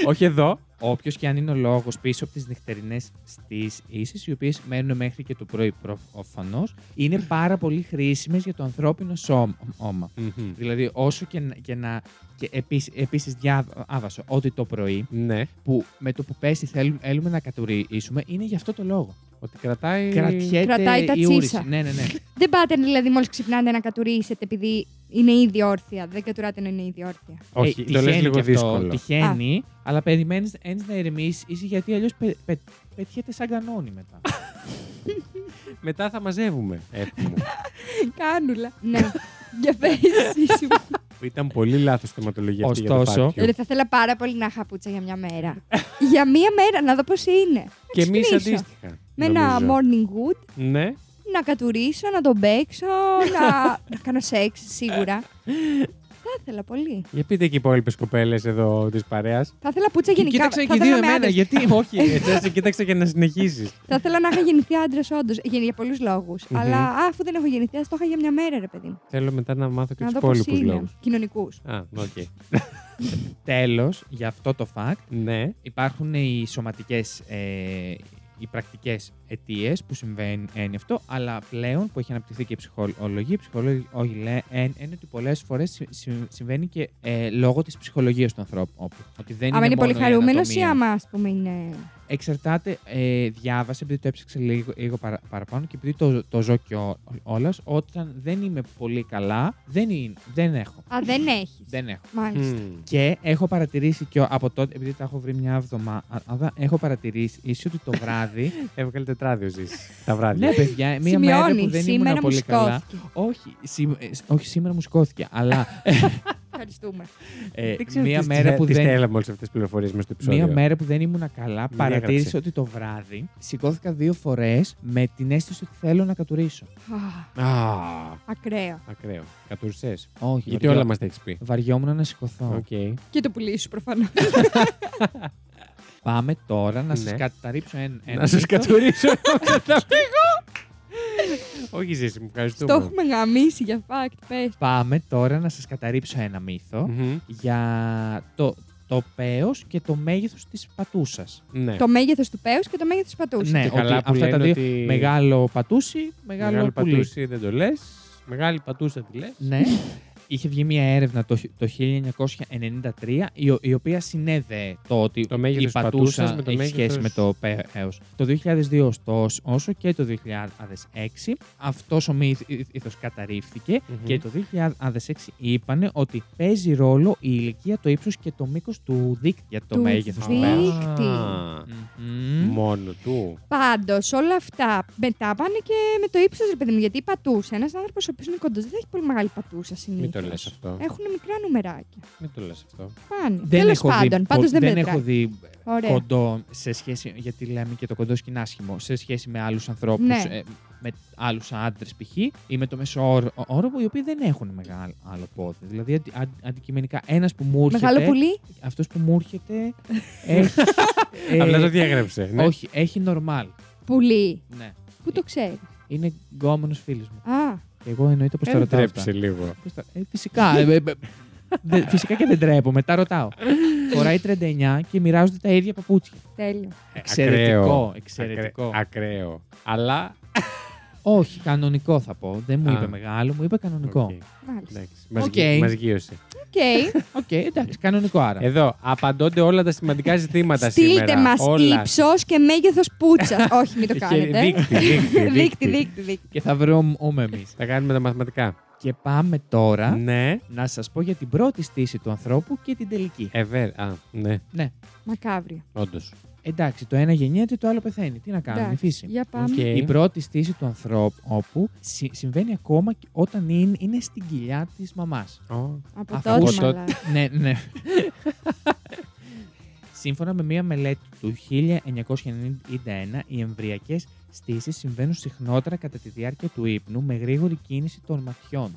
[SPEAKER 1] Όχι εδώ.
[SPEAKER 3] Όποιος και αν είναι ο λόγος πίσω από τις νυχτερινές στήσεις, οι οποίες μένουν μέχρι και το πρωί προφανώς, είναι πάρα πολύ χρήσιμες για το ανθρώπινο σώμα.
[SPEAKER 1] Μμμ.
[SPEAKER 3] Δηλαδή, όσο και, να- και να. Και επίσης επίσης διάβασα ότι το πρωί
[SPEAKER 1] Ναι.
[SPEAKER 3] που με το που πέσει θέλουμε, θέλουμε να κατουρίσουμε είναι γι' αυτό το λόγο.
[SPEAKER 1] Ότι κρατάει.
[SPEAKER 3] Κρατιέται
[SPEAKER 2] Κρατάει τα
[SPEAKER 3] η ούρηση.
[SPEAKER 2] τσίσα.
[SPEAKER 3] Ναι, ναι, ναι.
[SPEAKER 2] Δεν πάτε δηλαδή μόλις ξυπνάτε να κατουρίσετε επειδή είναι ήδη όρθια. Δεν κατουράτε να είναι ήδη όρθια.
[SPEAKER 1] Όχι,
[SPEAKER 3] Ε,
[SPEAKER 1] το λες
[SPEAKER 3] τυχαίνει
[SPEAKER 1] λίγο
[SPEAKER 3] κι αυτό,
[SPEAKER 1] δύσκολο.
[SPEAKER 3] Τυχαίνει, αλλά περιμένεις να ηρεμήσεις γιατί αλλιώς πε, πε- πετιέται σαν κανόνι μετά.
[SPEAKER 1] Μετά θα μαζεύουμε. Εφη μου.
[SPEAKER 2] Κάνουλα. Ναι. Για πέσει σου.
[SPEAKER 1] Ήταν πολύ λάθος θεματολογία αυτή
[SPEAKER 3] Ωστόσο.
[SPEAKER 1] για το φάκιο.
[SPEAKER 2] Ρε, Δηλαδή, θα ήθελα πάρα πολύ να είχα πούτσα για μια μέρα. για μια μέρα, να δω πώς είναι. Να
[SPEAKER 1] Και εμείς
[SPEAKER 2] ξυπνήσω.
[SPEAKER 1] αντίστοιχα.
[SPEAKER 2] Με ένα
[SPEAKER 1] νομίζω.
[SPEAKER 2] morning wood
[SPEAKER 1] Ναι.
[SPEAKER 2] να κατουρίσω, να τον παίξω, να, να κάνω σεξ σίγουρα. Θα ήθελα πολύ.
[SPEAKER 1] Για πείτε και οι υπόλοιπες κοπέλες εδώ της παρέας.
[SPEAKER 2] Θα ήθελα πουτσα γενικά. θα,
[SPEAKER 3] Κοίταξε και δύο
[SPEAKER 2] ήθελα με
[SPEAKER 3] εμένα,
[SPEAKER 2] άντρες.
[SPEAKER 3] γιατί
[SPEAKER 1] Όχι, εσύ σε κοίταξα Ε, και να συνεχίσεις.
[SPEAKER 2] θα ήθελα να είχα γεννηθεί άντρα, όντω. Για, για πολλούς
[SPEAKER 1] Μμμ.
[SPEAKER 2] Αλλά α, αφού δεν έχω γεννηθεί, ας το είχα για μια μέρα, ρε παιδί μου.
[SPEAKER 1] Θέλω μετά να μάθω και του
[SPEAKER 2] Να δω πώς
[SPEAKER 1] υπόλοιπους
[SPEAKER 2] είναι.
[SPEAKER 1] λόγους.
[SPEAKER 2] Κοινωνικούς.
[SPEAKER 1] Α, οκ.
[SPEAKER 3] Τέλος, για αυτό το fact,
[SPEAKER 1] Ναι.
[SPEAKER 3] υπάρχουν οι σωματικές. Ε, οι πρακτικές αιτίες που συμβαίνει είναι αυτό, αλλά πλέον που έχει αναπτυχθεί και η ψυχολογία, οι ψυχολόγοι λένε είναι ότι πολλές φορές συμβαίνει και ε, λόγω της ψυχολογίας του ανθρώπου. Ότι δεν
[SPEAKER 2] Άμα είναι πολύ
[SPEAKER 3] μόνο η
[SPEAKER 2] χαρούμενος ή
[SPEAKER 3] ανατομία.
[SPEAKER 2] άμα, ας πούμε, είναι.
[SPEAKER 3] Εξαρτάται, ε, διάβασε, επειδή το έψαξε λίγο, λίγο παρα- παραπάνω και επειδή το, το ζω κιόλα, όταν δεν είμαι πολύ καλά, δεν, είναι, δεν έχω.
[SPEAKER 2] Α, δεν έχεις.
[SPEAKER 3] Δεν έχω.
[SPEAKER 2] Μάλιστα.
[SPEAKER 1] Μμμ.
[SPEAKER 3] Και έχω παρατηρήσει και από τότε, επειδή τα έχω βρει μια εβδομάδα, έχω παρατηρήσει ίσως ότι το βράδυ.
[SPEAKER 1] Έβγαλε τετράδιο ζήσει τα βράδια.
[SPEAKER 3] ναι, παιδιά, μια μέρα
[SPEAKER 2] Σημειώνει.
[SPEAKER 3] που δεν ήμουν
[SPEAKER 2] Σήμερα μου
[SPEAKER 3] πολύ καλά.
[SPEAKER 2] σηκώθηκε.
[SPEAKER 3] Όχι, σή- ε, όχι, σήμερα μου σηκώθηκε, αλλά
[SPEAKER 2] Ευχαριστούμε.
[SPEAKER 3] Ε,
[SPEAKER 1] Δεν ξέρω
[SPEAKER 3] μία
[SPEAKER 1] τι
[SPEAKER 3] μέρα
[SPEAKER 1] στε-
[SPEAKER 3] που
[SPEAKER 1] τις
[SPEAKER 3] δεν
[SPEAKER 1] στέλναμε όλες αυτές τις πληροφορίες μέσα στο επεισόδιο.
[SPEAKER 3] Μία μέρα που δεν ήμουνα καλά,
[SPEAKER 1] Μην έγραψε.
[SPEAKER 3] παρατήρησα ότι το βράδυ σηκώθηκα δύο φορές με την αίσθηση ότι θέλω να κατουρίσω.
[SPEAKER 2] Α,
[SPEAKER 1] Α,
[SPEAKER 2] Ακραίο.
[SPEAKER 1] ακραίο. Κατουρσέ.
[SPEAKER 3] Όχι,
[SPEAKER 1] Γιατί όλα μας τα έχεις πει.
[SPEAKER 3] Βαριόμουν να σηκωθώ.
[SPEAKER 1] Οκ.
[SPEAKER 2] Και το πουλί σου προφανώς.
[SPEAKER 3] Πάμε τώρα να σα
[SPEAKER 1] Ναι.
[SPEAKER 3] καταρρύψω ένα.
[SPEAKER 1] Να σας κατουρίσω. Εγώ. Όχι, Ζήση, μου
[SPEAKER 2] το
[SPEAKER 1] ευχαριστούμε.
[SPEAKER 2] έχουμε γαμίσει για fact, πες.
[SPEAKER 3] Πάμε τώρα να σας καταρρύψω ένα μύθο
[SPEAKER 1] Μμμ.
[SPEAKER 3] για το, το πέος και το μέγεθος της πατούσας.
[SPEAKER 1] Ναι.
[SPEAKER 2] Το μέγεθος του πέους και το μέγεθος της πατούσα.
[SPEAKER 3] Ναι.
[SPEAKER 1] Και
[SPEAKER 3] ότι
[SPEAKER 1] καλά που
[SPEAKER 3] αυτά τα
[SPEAKER 1] λένε
[SPEAKER 3] δύο
[SPEAKER 1] ότι
[SPEAKER 3] Μεγάλο πατούσι, μεγάλο,
[SPEAKER 1] μεγάλο
[SPEAKER 3] πουλί.
[SPEAKER 1] πατούσι δεν το λες. Μεγάλη πατούσα τη λες.
[SPEAKER 3] Ναι. Είχε βγει μια έρευνα το, το 1993 η, ο- η οποία συνέδεε το ότι
[SPEAKER 1] Το μέγεθος
[SPEAKER 3] η
[SPEAKER 1] της
[SPEAKER 3] πατούσα
[SPEAKER 1] πατούσας με το
[SPEAKER 3] έχει
[SPEAKER 1] μέγεθος-
[SPEAKER 3] σχέση με το πέος. Το 2002 ωστόσο και το 2006 αυτός ο μύθος καταρρίφθηκε
[SPEAKER 1] Μμμ.
[SPEAKER 3] και το 2006 είπανε ότι παίζει ρόλο η ηλικία, το ύψος και το μήκος του δίκτυα για το
[SPEAKER 2] Του
[SPEAKER 3] μέγεθος του
[SPEAKER 2] δίκτυα.
[SPEAKER 3] πέος.
[SPEAKER 2] Δίκτυ.
[SPEAKER 3] Μμμ.
[SPEAKER 1] Μόνο του.
[SPEAKER 2] Πάντως, όλα αυτά μετά πάνε και με το ύψος, ρε παιδί μου. Γιατί η πατούσα, ένας άνθρωπος ο οποίος είναι κοντός, δεν θα έχει πολύ μεγάλη πατούσα συνήθω.
[SPEAKER 1] Μην το λε αυτό.
[SPEAKER 2] Έχουν μικρά νούμεράκια.
[SPEAKER 1] Μην το λες αυτό.
[SPEAKER 2] Πάνε.
[SPEAKER 3] Δεν
[SPEAKER 2] Τέλος
[SPEAKER 3] έχω,
[SPEAKER 2] πάντων,
[SPEAKER 3] δει,
[SPEAKER 2] πάντως δεν, Ναι.
[SPEAKER 3] δεν
[SPEAKER 2] μέτρα.
[SPEAKER 3] έχω δει
[SPEAKER 2] Ωραία.
[SPEAKER 3] κοντό σε σχέση. Γιατί λέμε και το κοντό σκηνά άσχημο. Σε σχέση με άλλους ανθρώπους.
[SPEAKER 2] Ναι.
[SPEAKER 3] με άλλους άντρες π.χ. ή με το μέσο όρο, όρο που οι οποίοι δεν έχουν μεγάλο άλλο πόδι. Δηλαδή αντι- αν- αντικειμενικά ένας που μου
[SPEAKER 2] Μεγάλο
[SPEAKER 3] έρχεται.
[SPEAKER 2] πουλί.
[SPEAKER 3] Αυτός που μου έρχεται. έχει, ε,
[SPEAKER 1] Απλά το διέγραψε. ναι.
[SPEAKER 3] όχι, έχει normal.
[SPEAKER 2] Πουλί.
[SPEAKER 3] Ναι.
[SPEAKER 2] Πού το ξέρεις.
[SPEAKER 3] Είναι γκόμενος φίλος μου.
[SPEAKER 2] Α,
[SPEAKER 3] Και εγώ εννοείται
[SPEAKER 1] Ε,
[SPEAKER 3] πω το ρωτάω. αυτά.
[SPEAKER 1] Τρέψε λίγο.
[SPEAKER 3] Πώς τα- ε, φυσικά. ε, ε, ε, δε- φυσικά και δεν τρέπω. Μετά ρωτάω. Φοράει 39 και μοιράζονται τα ίδια παπούτσια.
[SPEAKER 2] τέλειο.
[SPEAKER 1] Ε, ακραίο.
[SPEAKER 3] Εξαιρετικό. Εξαιρετικό.
[SPEAKER 1] Ακραίο. Ακραίο. Αλλά.
[SPEAKER 3] Όχι, κανονικό θα πω. Δεν μου
[SPEAKER 1] Α.
[SPEAKER 3] είπε μεγάλο, μου είπε κανονικό.
[SPEAKER 1] Οκ,
[SPEAKER 3] Οκ,
[SPEAKER 2] Μάλιστα.
[SPEAKER 1] εντάξει. Μας
[SPEAKER 3] Οκ.
[SPEAKER 1] γι- Μας γύρωσε.
[SPEAKER 2] Οκ.
[SPEAKER 3] εντάξει, κανονικό άρα.
[SPEAKER 1] Εδώ απαντώνται όλα τα σημαντικά ζητήματα
[SPEAKER 2] Στείλτε
[SPEAKER 1] σήμερα.
[SPEAKER 2] μας
[SPEAKER 1] όλα.
[SPEAKER 2] ύψος και μέγεθος πούτσα. Όχι, μην το κάνετε.
[SPEAKER 1] Δίκτη, δίκτη,
[SPEAKER 2] Δίκτυ, δίκτυ, δίκτυ.
[SPEAKER 3] Και θα βρούμε εμείς.
[SPEAKER 1] Θα κάνουμε τα μαθηματικά.
[SPEAKER 3] και πάμε τώρα
[SPEAKER 1] Ναι.
[SPEAKER 3] να σας πω για την πρώτη στήση του ανθρώπου και την τελική.
[SPEAKER 1] Εβέρ. Α, ναι.
[SPEAKER 2] Μακάβριο.
[SPEAKER 1] Όντως.
[SPEAKER 3] Εντάξει, το ένα γεννιέται, το άλλο πεθαίνει. Τι να κάνουμε, η
[SPEAKER 2] Εντάξει,
[SPEAKER 3] φύση.
[SPEAKER 2] Για πάμε.
[SPEAKER 1] Οκ.
[SPEAKER 3] Η πρώτη στήση του ανθρώπου όπου συ- συμβαίνει ακόμα και όταν είναι, είναι στην κοιλιά της μαμάς.
[SPEAKER 2] Από
[SPEAKER 3] Αφού
[SPEAKER 2] τότε,
[SPEAKER 1] το-
[SPEAKER 2] μαλάκα.
[SPEAKER 3] ναι, ναι. Σύμφωνα με μία μελέτη του 1991, οι εμβριακές στήσεις συμβαίνουν συχνότερα κατά τη διάρκεια του ύπνου με γρήγορη κίνηση των ματιών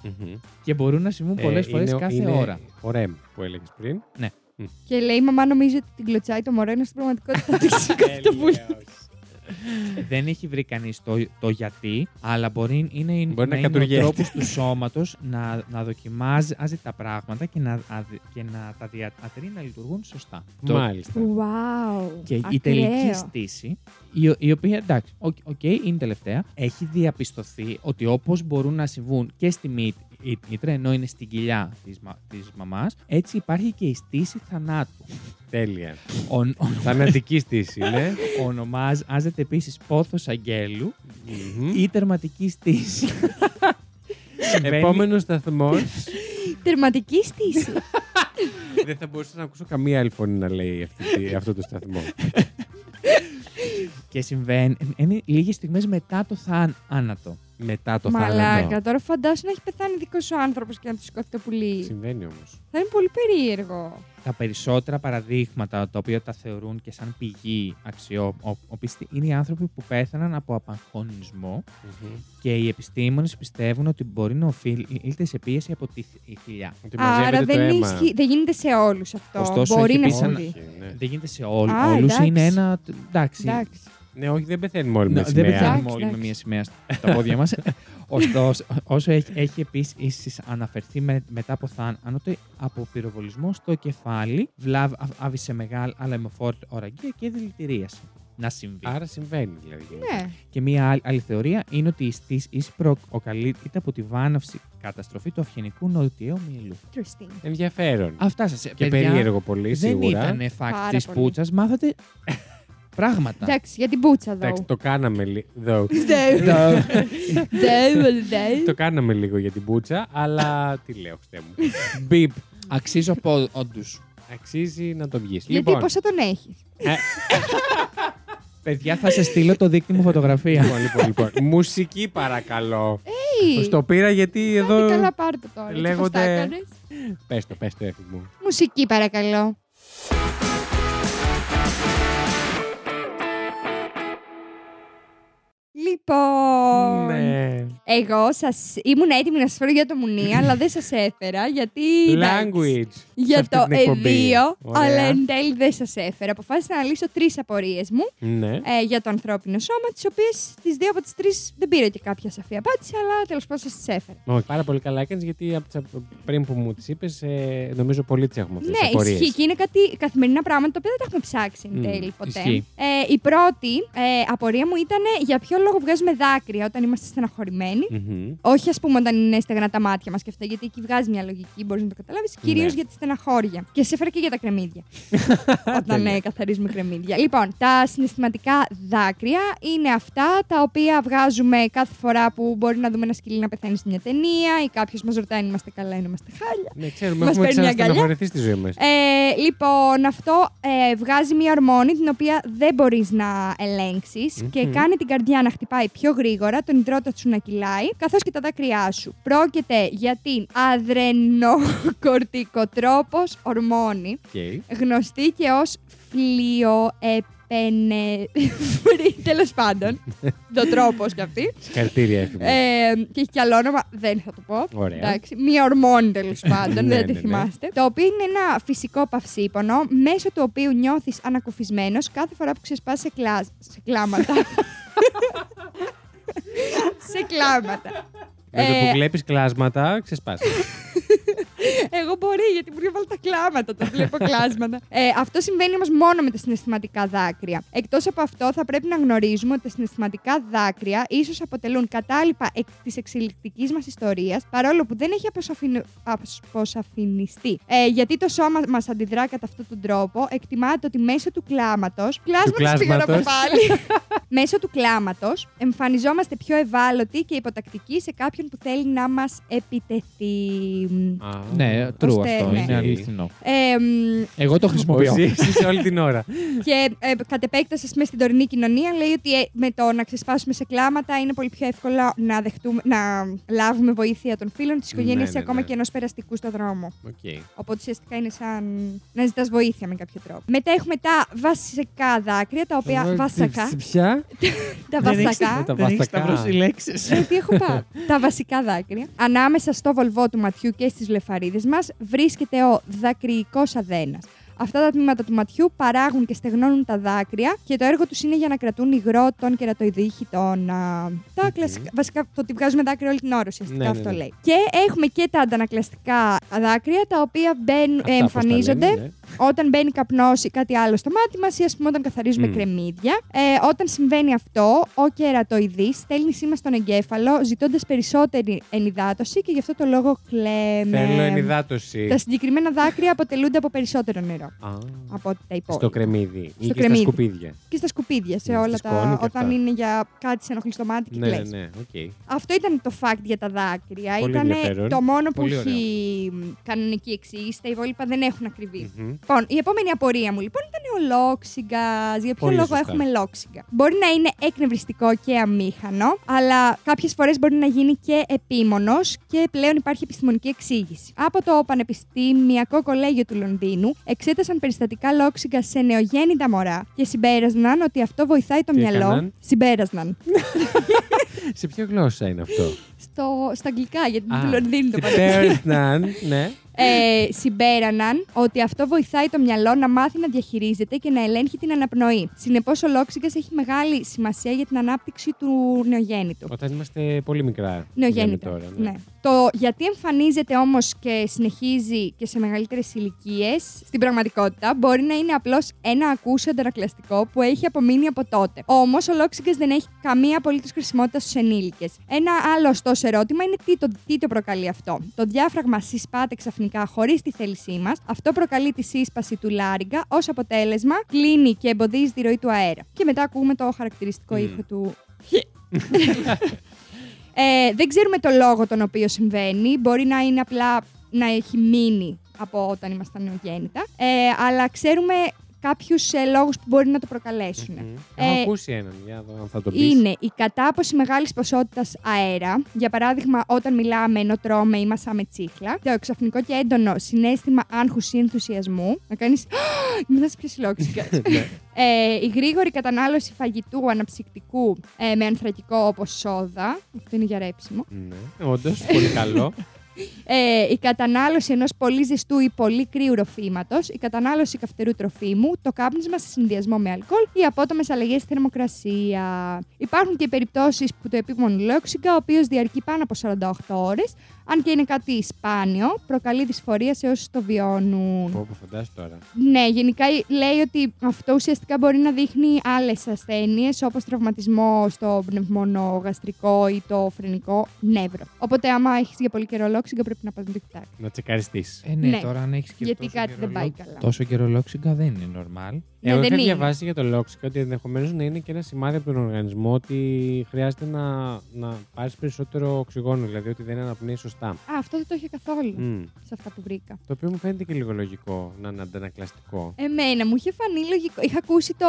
[SPEAKER 3] και μπορούν να συμβούν πολλές φορές κάθε ώρα.
[SPEAKER 1] Ε, Ο REM που έλεγες πριν.
[SPEAKER 2] Και λέει η μαμά νομίζει ότι την κλωτσάει το μωρό, ενώ στην πραγματικότητα τη σηκώθηκε το πουλί.
[SPEAKER 3] Δεν έχει βρει κανείς το, το γιατί, αλλά μπορεί, είναι,
[SPEAKER 1] Μπορεί να
[SPEAKER 3] είναι ο
[SPEAKER 1] κατουργέται.
[SPEAKER 3] τρόπος του σώματος να, να δοκιμάζει τα πράγματα και να, αδε- και να τα διατηρεί να λειτουργούν σωστά. Το-
[SPEAKER 1] Μάλιστα.
[SPEAKER 2] Wow.
[SPEAKER 3] Και η
[SPEAKER 2] Ακραίο.
[SPEAKER 3] τελική στήση, η, η οποία εντάξει, οκ, οκ, είναι τελευταία, έχει διαπιστωθεί ότι όπως μπορούν να συμβούν και στη μύτη, η μήτρα, ενώ είναι στην κοιλιά της της μαμάς, έτσι υπάρχει και η στήση θανάτου.
[SPEAKER 1] Τέλεια.
[SPEAKER 3] Ο, ο,
[SPEAKER 1] Θανατική στήση, ναι.
[SPEAKER 3] ονομάζεται επίσης πόθος αγγέλου
[SPEAKER 1] Μμμ.
[SPEAKER 3] ή τερματική στήση. Συμβαίνει-
[SPEAKER 1] Επόμενος σταθμός.
[SPEAKER 2] Τερματική στήση.
[SPEAKER 1] Δεν θα μπορούσα να ακούσω καμία άλλη φωνή να λέει αυτή τη- αυτό το σταθμό.
[SPEAKER 3] Και συμβαίνει είναι λίγες στιγμές μετά το θάνατο.
[SPEAKER 1] Μετά το θάνατο.
[SPEAKER 2] Μαλάκα, τώρα φαντάσου να έχει πεθάνει δικός σου άνθρωπος και να του σηκώθει το πουλί.
[SPEAKER 1] Συμβαίνει όμως.
[SPEAKER 2] Θα είναι πολύ περίεργο.
[SPEAKER 3] τα περισσότερα παραδείγματα τα οποία τα θεωρούν και σαν πηγή αξιόπιστη είναι οι άνθρωποι που πέθαναν από απαγχωνισμό και οι επιστήμονες πιστεύουν ότι μπορεί να οφείλεται σε πίεση από τη θ- η θηλιά.
[SPEAKER 2] Άρα δεν, ισχύει- δεν γίνεται σε όλους αυτό.
[SPEAKER 3] Ωστόσο,
[SPEAKER 2] Μπορεί
[SPEAKER 3] έχει
[SPEAKER 2] να
[SPEAKER 3] πει σαν-
[SPEAKER 2] συμβεί.
[SPEAKER 3] Δεν γίνεται σε όλ,
[SPEAKER 2] Α,
[SPEAKER 3] όλους,
[SPEAKER 2] εντάξει.
[SPEAKER 3] είναι ένα... τ- Εντάξει,
[SPEAKER 2] Εντάξει.
[SPEAKER 1] Ναι, όχι, δεν πεθαίνουμε όλοι
[SPEAKER 3] Ναι,
[SPEAKER 1] με
[SPEAKER 3] δεν
[SPEAKER 1] σημαία.
[SPEAKER 3] πεθαίνουμε όλοι με
[SPEAKER 2] Εντάξει.
[SPEAKER 3] μία σημαία στα πόδια μας. Ωστόσο, όσο έχει, έχει επίσης αναφερθεί με, μετά από θάνατο από πυροβολισμό στο κεφάλι, βλάβ α- άβησε μεγάλη αλαιμοφόρητη οραγκία και δηλητηρίαση. Να συμβεί.
[SPEAKER 1] Άρα συμβαίνει δηλαδή.
[SPEAKER 2] Ναι.
[SPEAKER 3] Και μία άλλη, άλλη θεωρία είναι ότι η στήση προκαλείται από τη βάναυση καταστροφή του αυγενικού νοτιαίου μυελού.
[SPEAKER 2] Interesting.
[SPEAKER 1] Ενδιαφέρον.
[SPEAKER 3] Αυτά σας
[SPEAKER 1] Και περίεργο πολύ
[SPEAKER 3] Δεν
[SPEAKER 1] σίγουρα.
[SPEAKER 3] ήταν fact
[SPEAKER 2] Πάρα
[SPEAKER 3] της
[SPEAKER 2] πολύ.
[SPEAKER 3] πούτσας, μάθατε πράγματα.
[SPEAKER 2] Εντάξει, για την πούτσα εδώ.
[SPEAKER 1] Εντάξει, το κάναμε λίγο. Δω.
[SPEAKER 2] Δεν- δεν- δεν.
[SPEAKER 1] το κάναμε λίγο για την πουτσα, αλλά τι λέω, χτέ μου. Μπιπ.
[SPEAKER 3] Αξίζω από όντου.
[SPEAKER 1] Αξίζει να το βγεις.
[SPEAKER 2] Γιατί
[SPEAKER 1] Λοιπόν,
[SPEAKER 2] πόσο τον έχεις.
[SPEAKER 3] Παιδιά, θα σε στείλω το δίκτυο μου φωτογραφία.
[SPEAKER 1] λοιπόν, λοιπόν, λοιπόν. Μουσική παρακαλώ. Στο πήρα γιατί εδώ
[SPEAKER 2] Καλά, πάρ' το τώρα. έτσι όπως τα
[SPEAKER 1] λέγονται-
[SPEAKER 2] έκανες.
[SPEAKER 1] Πες το, πες το, έφυγε μου.
[SPEAKER 2] Μουσική, παρακαλώ. Λοιπόν,
[SPEAKER 1] Ναι.
[SPEAKER 2] εγώ σας ήμουν έτοιμη να σας φέρω για το μουνί, αλλά δεν σας έφερα γιατί... εντάξει,
[SPEAKER 1] Language. σε
[SPEAKER 2] Για
[SPEAKER 1] αυτή
[SPEAKER 2] το
[SPEAKER 1] την εκπομπή.
[SPEAKER 2] εδίο,
[SPEAKER 1] Ωραία.
[SPEAKER 2] αλλά εν τέλει δεν σας έφερα. Αποφάσισα να λύσω τρεις απορίες μου
[SPEAKER 1] Ναι.
[SPEAKER 2] ε, για το ανθρώπινο σώμα, τις οποίες τις δύο από τις τρεις δεν πήρε και κάποια σαφή απάντηση, αλλά τέλος πάντων σας τις έφερα.
[SPEAKER 1] Όχι, πάρα πολύ καλά έκανες γιατί από τις απο- πριν που μου τις είπες, νομίζω πολύ τις έχουμε αυτές τις
[SPEAKER 2] Ναι, ισχύει και είναι κάτι καθημερινά πράγματα τα οποία δεν τα έχουμε ψάξει εν
[SPEAKER 1] Μμ,
[SPEAKER 2] τέλει ποτέ.
[SPEAKER 3] ισχύει.
[SPEAKER 2] Ε, η πρώτη ε, απορία μου ήταν για ποιο λόγο βγάζουμε δάκρυα όταν είμαστε στεναχωρημένοι. Όχι, ας πούμε, όταν είναι στεγνά τα μάτια μας και αυτά, γιατί εκεί βγάζει μια λογική, μπορείς να το καταλάβεις. Κυρίω
[SPEAKER 1] Ναι.
[SPEAKER 2] για τη στεναχώρια. Και σε έφερα και για τα κρεμμύδια. όταν
[SPEAKER 1] Τέλεια.
[SPEAKER 2] ε, καθαρίζουμε κρεμμύδια. Λοιπόν, τα συναισθηματικά δάκρυα είναι αυτά τα οποία βγάζουμε κάθε φορά που μπορεί να δούμε ένα σκυλί να πεθάνει σε μια ταινία ή κάποιος μας ρωτάει αν είμαστε καλά ή αν είμαστε χάλια.
[SPEAKER 1] Ναι, ξέρουμε,
[SPEAKER 2] Μας
[SPEAKER 1] έχουμε
[SPEAKER 2] παίρνει αγκαλιά.
[SPEAKER 1] ξαναστεναχωρηθεί στη ζωή μας.
[SPEAKER 2] Ε, λοιπόν, αυτό ε, βγάζει μία ορμόνη την οποία δεν μπορείς να ελεγξεις
[SPEAKER 1] Μμμ.
[SPEAKER 2] και κάνει την καρδιά να χτυπάει πιο γρήγορα, τον υδρότα σου να κυλάει, καθώς και τα δάκρυά σου. Πρόκειται για την αδρενοκορτικοτρόπος ορμόνη, γνωστή και ως φλοιοεπενε... τέλος πάντων, το τρόπος κι αυτή.
[SPEAKER 1] Συγχαρητήρια, έφυγε.
[SPEAKER 2] Ε, και έχει κι άλλο όνομα, δεν θα το πω.
[SPEAKER 1] Ωραία.
[SPEAKER 2] Εντάξει, μία ορμόνη τέλος πάντων,
[SPEAKER 1] Ναι,
[SPEAKER 2] δεν τη
[SPEAKER 1] ναι, ναι.
[SPEAKER 2] θυμάστε. Το οποίο είναι ένα φυσικό παυσίπονο, μέσω του οποίου νιώθεις ανακουφισμένος κάθε φορά που ξεσπάς σε, κλά... σε κλάματα. σε κλάματα.
[SPEAKER 1] Με το
[SPEAKER 2] ε,
[SPEAKER 1] που βλέπεις κλάσματα, ξεσπάσει.
[SPEAKER 2] Εγώ μπορεί, γιατί μου έβαλε τα κλάματα όταν βλέπω κλάσματα. Ε, αυτό συμβαίνει όμως μόνο με τα συναισθηματικά δάκρυα. Εκτός από αυτό, θα πρέπει να γνωρίζουμε ότι τα συναισθηματικά δάκρυα ίσως αποτελούν κατάλοιπα εκ, της εξελικτικής μας ιστορίας, παρόλο που δεν έχει αποσαφινου- αποσαφινιστεί. Ε, γιατί το σώμα μας αντιδρά κατά αυτόν τον τρόπο, εκτιμάται ότι μέσω του κλάματος. Κλάσματο πήγα να πω
[SPEAKER 1] κλάσματος.
[SPEAKER 2] πάλι. μέσω του κλάματος εμφανιζόμαστε πιο ευάλωτοι και υποτακτικοί σε κάποιον που θέλει να μας επιτεθεί.
[SPEAKER 1] ε,
[SPEAKER 3] Ναι, true
[SPEAKER 2] Ώστε,
[SPEAKER 3] αυτό.
[SPEAKER 2] ναι.
[SPEAKER 3] Είναι αληθινό.
[SPEAKER 2] Ε, μ,
[SPEAKER 3] Εγώ το χρησιμοποιώ.
[SPEAKER 1] Εσύ όλη την ώρα.
[SPEAKER 2] και ε, κατ' επέκτασης με στην τωρινή κοινωνία λέει ότι ε, με το να ξεσπάσουμε σε κλάματα είναι πολύ πιο εύκολο να, δεχτούμε, να λάβουμε βοήθεια των φίλων, της οικογένειας
[SPEAKER 1] Ναι, ναι,
[SPEAKER 2] ή ακόμα
[SPEAKER 1] ναι.
[SPEAKER 2] και ενός περαστικού στο δρόμο.
[SPEAKER 1] Οκ.
[SPEAKER 2] Οπότε ουσιαστικά είναι σαν να ζητάς βοήθεια με κάποιο τρόπο. Μετά έχουμε τα βασικά δάκρυα, τα οποία.
[SPEAKER 1] Εγώ-
[SPEAKER 2] Βασακά.
[SPEAKER 1] Ποια?
[SPEAKER 2] τα
[SPEAKER 1] έχεις-
[SPEAKER 2] βασακά.
[SPEAKER 1] τα Δεν έχεις βασακά. σταυρώσει
[SPEAKER 3] σταυρώσει λέξεις.
[SPEAKER 2] Ε, τι έχω πάει. τα βασικά δάκρυα. Ανάμεσα στο βολβό του ματιού και στις βλεφαρίδε μας βρίσκεται ο δακρυϊκός αδένας. Αυτά τα τμήματα του ματιού παράγουν και στεγνώνουν τα δάκρυα και το έργο τους είναι για να κρατούν υγρό των κερατοειδήχητων. α, Τα κλασικά. Βασικά, το ότι βγάζουμε δάκρυα όλη την ώρα ουσιαστικά
[SPEAKER 1] Ναι, ναι,
[SPEAKER 2] αυτό
[SPEAKER 1] ναι.
[SPEAKER 2] λέει. Και έχουμε και τα αντανακλαστικά δάκρυα τα οποία μπαίνουν,
[SPEAKER 1] Αυτά, πώς τα λέμε,
[SPEAKER 2] εμφανίζονται
[SPEAKER 1] ναι.
[SPEAKER 2] όταν μπαίνει καπνός ή κάτι άλλο στο μάτι μας, ή ας πούμε όταν καθαρίζουμε
[SPEAKER 1] Μμμ.
[SPEAKER 2] κρεμμύδια. Ε, όταν συμβαίνει αυτό, ο κερατοειδή στέλνει σήμα στον εγκέφαλο, ζητώντας περισσότερη ενυδάτωση και γι' αυτό το λόγο κλαίμε.
[SPEAKER 1] ε. Θέλω
[SPEAKER 2] Τα
[SPEAKER 1] ενυδάτωση.
[SPEAKER 2] συγκεκριμένα δάκρυα αποτελούνται από περισσότερο νερό
[SPEAKER 1] Α,
[SPEAKER 2] από ό,τι
[SPEAKER 1] Στο
[SPEAKER 2] τα υπόλοιπα.
[SPEAKER 1] κρεμμύδι ή και στα
[SPEAKER 2] κρεμμύδι.
[SPEAKER 1] σκουπίδια.
[SPEAKER 2] Και στα σκουπίδια, σε
[SPEAKER 1] Ναι,
[SPEAKER 2] όλα
[SPEAKER 1] στη σκόνη
[SPEAKER 2] τα.
[SPEAKER 1] και
[SPEAKER 2] Όταν
[SPEAKER 1] αυτά.
[SPEAKER 2] είναι για κάτι σε ενοχλεί στο μάτι και
[SPEAKER 1] Ναι, ναι,
[SPEAKER 2] κλαις.
[SPEAKER 1] ναι. οκ.
[SPEAKER 2] Αυτό ήταν το fact για τα δάκρυα.
[SPEAKER 1] Πολύ
[SPEAKER 2] ήταν
[SPEAKER 1] ενδιαφέρον.
[SPEAKER 2] το μόνο που
[SPEAKER 3] Πολύ ωραίο.
[SPEAKER 2] έχει κανονική εξήγηση. Τα υπόλοιπα δεν έχουν ακριβή.
[SPEAKER 1] Μμμ.
[SPEAKER 2] Λοιπόν, η επόμενη απορία μου λοιπόν ήταν ο λόξιγκας. Για ποιο
[SPEAKER 1] Πολύ
[SPEAKER 2] λόγο
[SPEAKER 1] σωστά.
[SPEAKER 2] έχουμε λόξιγκα. Μπορεί να είναι εκνευριστικό και αμήχανο, αλλά κάποιες φορές μπορεί να γίνει και επίμονος και πλέον υπάρχει επιστημονική εξήγηση. Από το Πανεπιστημιακό Κολέγιο του Λονδίνου εξέτασαν περιστατικά λόξιγκα σε νεογέννητα μωρά και συμπέρασαν ότι αυτό βοηθάει το
[SPEAKER 1] Τι
[SPEAKER 2] μυαλό.
[SPEAKER 1] έκαναν? Ναι.
[SPEAKER 2] Συμπέρασαν.
[SPEAKER 1] Σε ποια γλώσσα είναι αυτό.
[SPEAKER 2] Στο, στα αγγλικά, γιατί
[SPEAKER 1] Α,
[SPEAKER 2] του Λονδίνου το
[SPEAKER 1] στην
[SPEAKER 2] πανεπιστήμιο.
[SPEAKER 1] Πέρσναν, ναι.
[SPEAKER 2] ε, συμπέραναν ότι αυτό βοηθάει το μυαλό να μάθει να διαχειρίζεται και να ελέγχει την αναπνοή. Συνεπώς, ο λόξιγκα έχει μεγάλη σημασία για την ανάπτυξη του νεογέννητου.
[SPEAKER 1] Όταν είμαστε πολύ μικρά.
[SPEAKER 2] Νεογέννητο.
[SPEAKER 1] λέμε τώρα,
[SPEAKER 2] ναι. Το γιατί εμφανίζεται όμως και συνεχίζει και σε μεγαλύτερες ηλικίες, στην πραγματικότητα μπορεί να είναι απλώς ένα ακούσιο αντανακλαστικό που έχει απομείνει από τότε. Όμως ο λόξιγκα δεν έχει καμία απολύτως χρησιμότητα στους ενήλικες. Ένα άλλο ωστόσο ερώτημα είναι τι το, τι το προκαλεί αυτό. Το διάφραγμα συσπάται ξαφνικά χωρίς τη θέλησή μας. Αυτό προκαλεί τη σύσπαση του λάριγκα. Ως αποτέλεσμα, κλείνει και εμποδίζει τη ροή του αέρα. Και μετά ακούμε το χαρακτηριστικό
[SPEAKER 1] Μμμ.
[SPEAKER 2] ήχο του. Ε, δεν ξέρουμε το λόγο τον οποίο συμβαίνει. Μπορεί να είναι απλά να έχει μείνει από όταν ήμασταν νεογέννητα. Ε, αλλά ξέρουμε κάποιους λόγους που μπορεί να το προκαλέσουν.
[SPEAKER 1] Έχω
[SPEAKER 2] Ε,
[SPEAKER 1] ακούσει έναν, για να δω αν θα το πεις.
[SPEAKER 2] Είναι η κατάποση μεγάλης ποσότητας αέρα, για παράδειγμα όταν μιλάμε ενώ τρώμε ή μασάμε τσίχλα. Το ξαφνικό και έντονο συνέστημα άγχου ή ενθουσιασμού. Να κάνεις. Μετά πιο συλλόξικα.
[SPEAKER 1] Ναι.
[SPEAKER 2] ε, η γρήγορη κατανάλωση φαγητού αναψυκτικού ε, με ανθρακικό όπως σόδα. Αυτό είναι για ρέψιμο.
[SPEAKER 1] Ναι, όντως, πολύ καλό.
[SPEAKER 2] Ε, η κατανάλωση ενός πολύ ζεστού ή πολύ κρύου ροφήματος. Η κατανάλωση καυτερού τροφίμου. Το κάπνισμα σε συνδυασμό με αλκοόλ. Οι απότομες αλλαγές στη θερμοκρασία. Υπάρχουν και περιπτώσεις που το επίμονο λόξιγκα, ο οποίος διαρκεί πάνω από 48 ώρες, αν και είναι κάτι σπάνιο, προκαλεί δυσφορία σε όσους το βιώνουν.
[SPEAKER 1] Πω, πω, φαντάσου τώρα.
[SPEAKER 2] Ναι, γενικά λέει ότι αυτό ουσιαστικά μπορεί να δείχνει άλλες ασθένειες όπως τραυματισμό στο πνευμόνο γαστρικό ή το φρενικό νεύρο. Οπότε, άμα έχεις για πολύ καιρό λόξιγκα, πρέπει να πας να το κοιτάξεις.
[SPEAKER 1] Να τσεκαριστείς.
[SPEAKER 3] Ε, ναι,
[SPEAKER 2] Ναι.
[SPEAKER 3] τώρα αν έχεις και
[SPEAKER 2] Γιατί
[SPEAKER 3] τόσο
[SPEAKER 2] κάτι
[SPEAKER 3] καιρό
[SPEAKER 2] δεν πάει
[SPEAKER 3] λόξ-
[SPEAKER 2] καλά.
[SPEAKER 3] Τόσο καιρό λόξιγκα δεν είναι normal.
[SPEAKER 2] Ναι,
[SPEAKER 1] Εγώ
[SPEAKER 2] δεν
[SPEAKER 1] είχα
[SPEAKER 2] είναι.
[SPEAKER 1] διαβάσει για το λόξικα ότι ενδεχομένως να είναι και ένα σημάδι από τον οργανισμό ότι χρειάζεται να, να πάρεις περισσότερο οξυγόνο, δηλαδή ότι δεν αναπνέει σωστά.
[SPEAKER 2] Α, αυτό δεν το είχε καθόλου
[SPEAKER 1] Μμ.
[SPEAKER 2] σε αυτά που βρήκα.
[SPEAKER 1] Το οποίο μου φαίνεται και λίγο λογικό να είναι αντανακλαστικό.
[SPEAKER 2] Εμένα μου είχε φανεί λογικό. Είχα ακούσει το.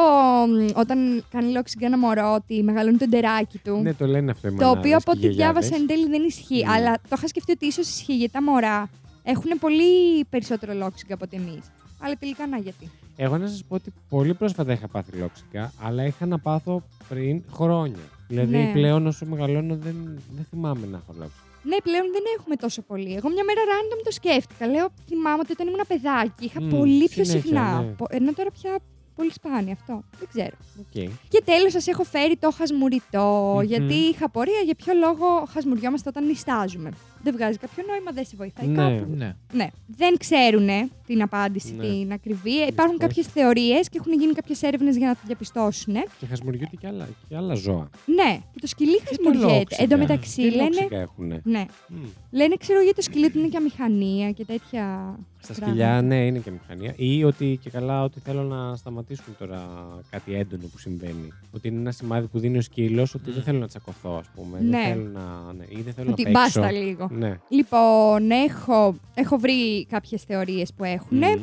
[SPEAKER 2] μ, όταν κάνει λόξιγκα ένα μωρό ότι μεγαλώνει το ντεράκι του.
[SPEAKER 1] Ναι, το λένε αυτό οι
[SPEAKER 2] το
[SPEAKER 1] μανάδες
[SPEAKER 2] οποίο από
[SPEAKER 1] και οι
[SPEAKER 2] ό,τι
[SPEAKER 1] γιαγιάδες.
[SPEAKER 2] διάβασα εν τέλει δεν ισχύει.
[SPEAKER 1] Ναι.
[SPEAKER 2] Αλλά το είχα σκεφτεί ότι ίσως ισχύει γιατί τα μωρά έχουν πολύ περισσότερο λόξιγκα από ότι εμείς. Αλλά τελικά να γιατί.
[SPEAKER 1] Εγώ να σας πω ότι πολύ πρόσφατα είχα πάθει λόξικα, αλλά είχα να πάθω πριν χρόνια. Δηλαδή
[SPEAKER 2] Ναι.
[SPEAKER 1] πλέον όσο μεγαλώνω δεν, δεν θυμάμαι να έχω λόξικα.
[SPEAKER 2] Ναι, πλέον δεν έχουμε τόσο πολύ. Εγώ μια μέρα random το σκέφτηκα. Λέω, θυμάμαι ότι όταν ήμουν παιδάκι είχα
[SPEAKER 1] Μμμ,
[SPEAKER 2] πολύ πιο
[SPEAKER 1] συνέχεια,
[SPEAKER 2] συχνά.
[SPEAKER 1] ναι.
[SPEAKER 2] Πο- Ενώ τώρα πια πολύ σπάνια αυτό. Δεν ξέρω.
[SPEAKER 1] Okay.
[SPEAKER 2] Και τέλος, σας έχω φέρει το χασμουριτό.
[SPEAKER 1] Μμμ.
[SPEAKER 2] Γιατί είχα πορεία για ποιο λόγο χασμουριόμαστε όταν νιστάζουμε. Δεν βγάζει κάποιο νόημα, δεν σε βοηθάει
[SPEAKER 1] Ναι.
[SPEAKER 2] κάπου.
[SPEAKER 3] Ναι.
[SPEAKER 2] Ναι. Δεν ξέρουν την απάντηση,
[SPEAKER 1] Ναι.
[SPEAKER 2] την ακριβή.
[SPEAKER 1] Δυστυχώς.
[SPEAKER 2] Υπάρχουν κάποιες θεωρίες και έχουν γίνει κάποιες έρευνες για να το διαπιστώσουν.
[SPEAKER 1] Και χασμουριούνται και άλλα, και άλλα ζώα.
[SPEAKER 2] Ναι, και το σκυλί χασμουριέται.
[SPEAKER 1] λόξιγκα.
[SPEAKER 2] Εν τω μεταξύ
[SPEAKER 1] Ε, Τι
[SPEAKER 2] λένε.
[SPEAKER 1] λόξικα έχουνε.
[SPEAKER 2] Ναι.
[SPEAKER 1] Μμ.
[SPEAKER 2] Λένε, ξέρω για το σκυλί ότι είναι και αμηχανία και τέτοια.
[SPEAKER 1] Στα
[SPEAKER 2] πράγματα.
[SPEAKER 1] σκυλιά, ναι, είναι και μηχανία. Ή ότι και καλά ότι θέλω να σταματήσουν τώρα κάτι έντονο που συμβαίνει. Ότι είναι ένα σημάδι που δίνει ο σκύλος ότι
[SPEAKER 3] Μμμ. δεν
[SPEAKER 1] δεν θέλω να τσακωθώ, ας πούμε.
[SPEAKER 2] Δεν
[SPEAKER 1] Δεν
[SPEAKER 2] Ναι.
[SPEAKER 1] θέλω
[SPEAKER 2] θέλω
[SPEAKER 1] να. Ναι, ή δεν θέλω
[SPEAKER 2] Ότι
[SPEAKER 1] να παίξω.
[SPEAKER 2] μπάστα λίγο.
[SPEAKER 1] Ναι.
[SPEAKER 2] Λοιπόν, έχω, έχω βρει κάποιες θεωρίες που έχουν. Ε,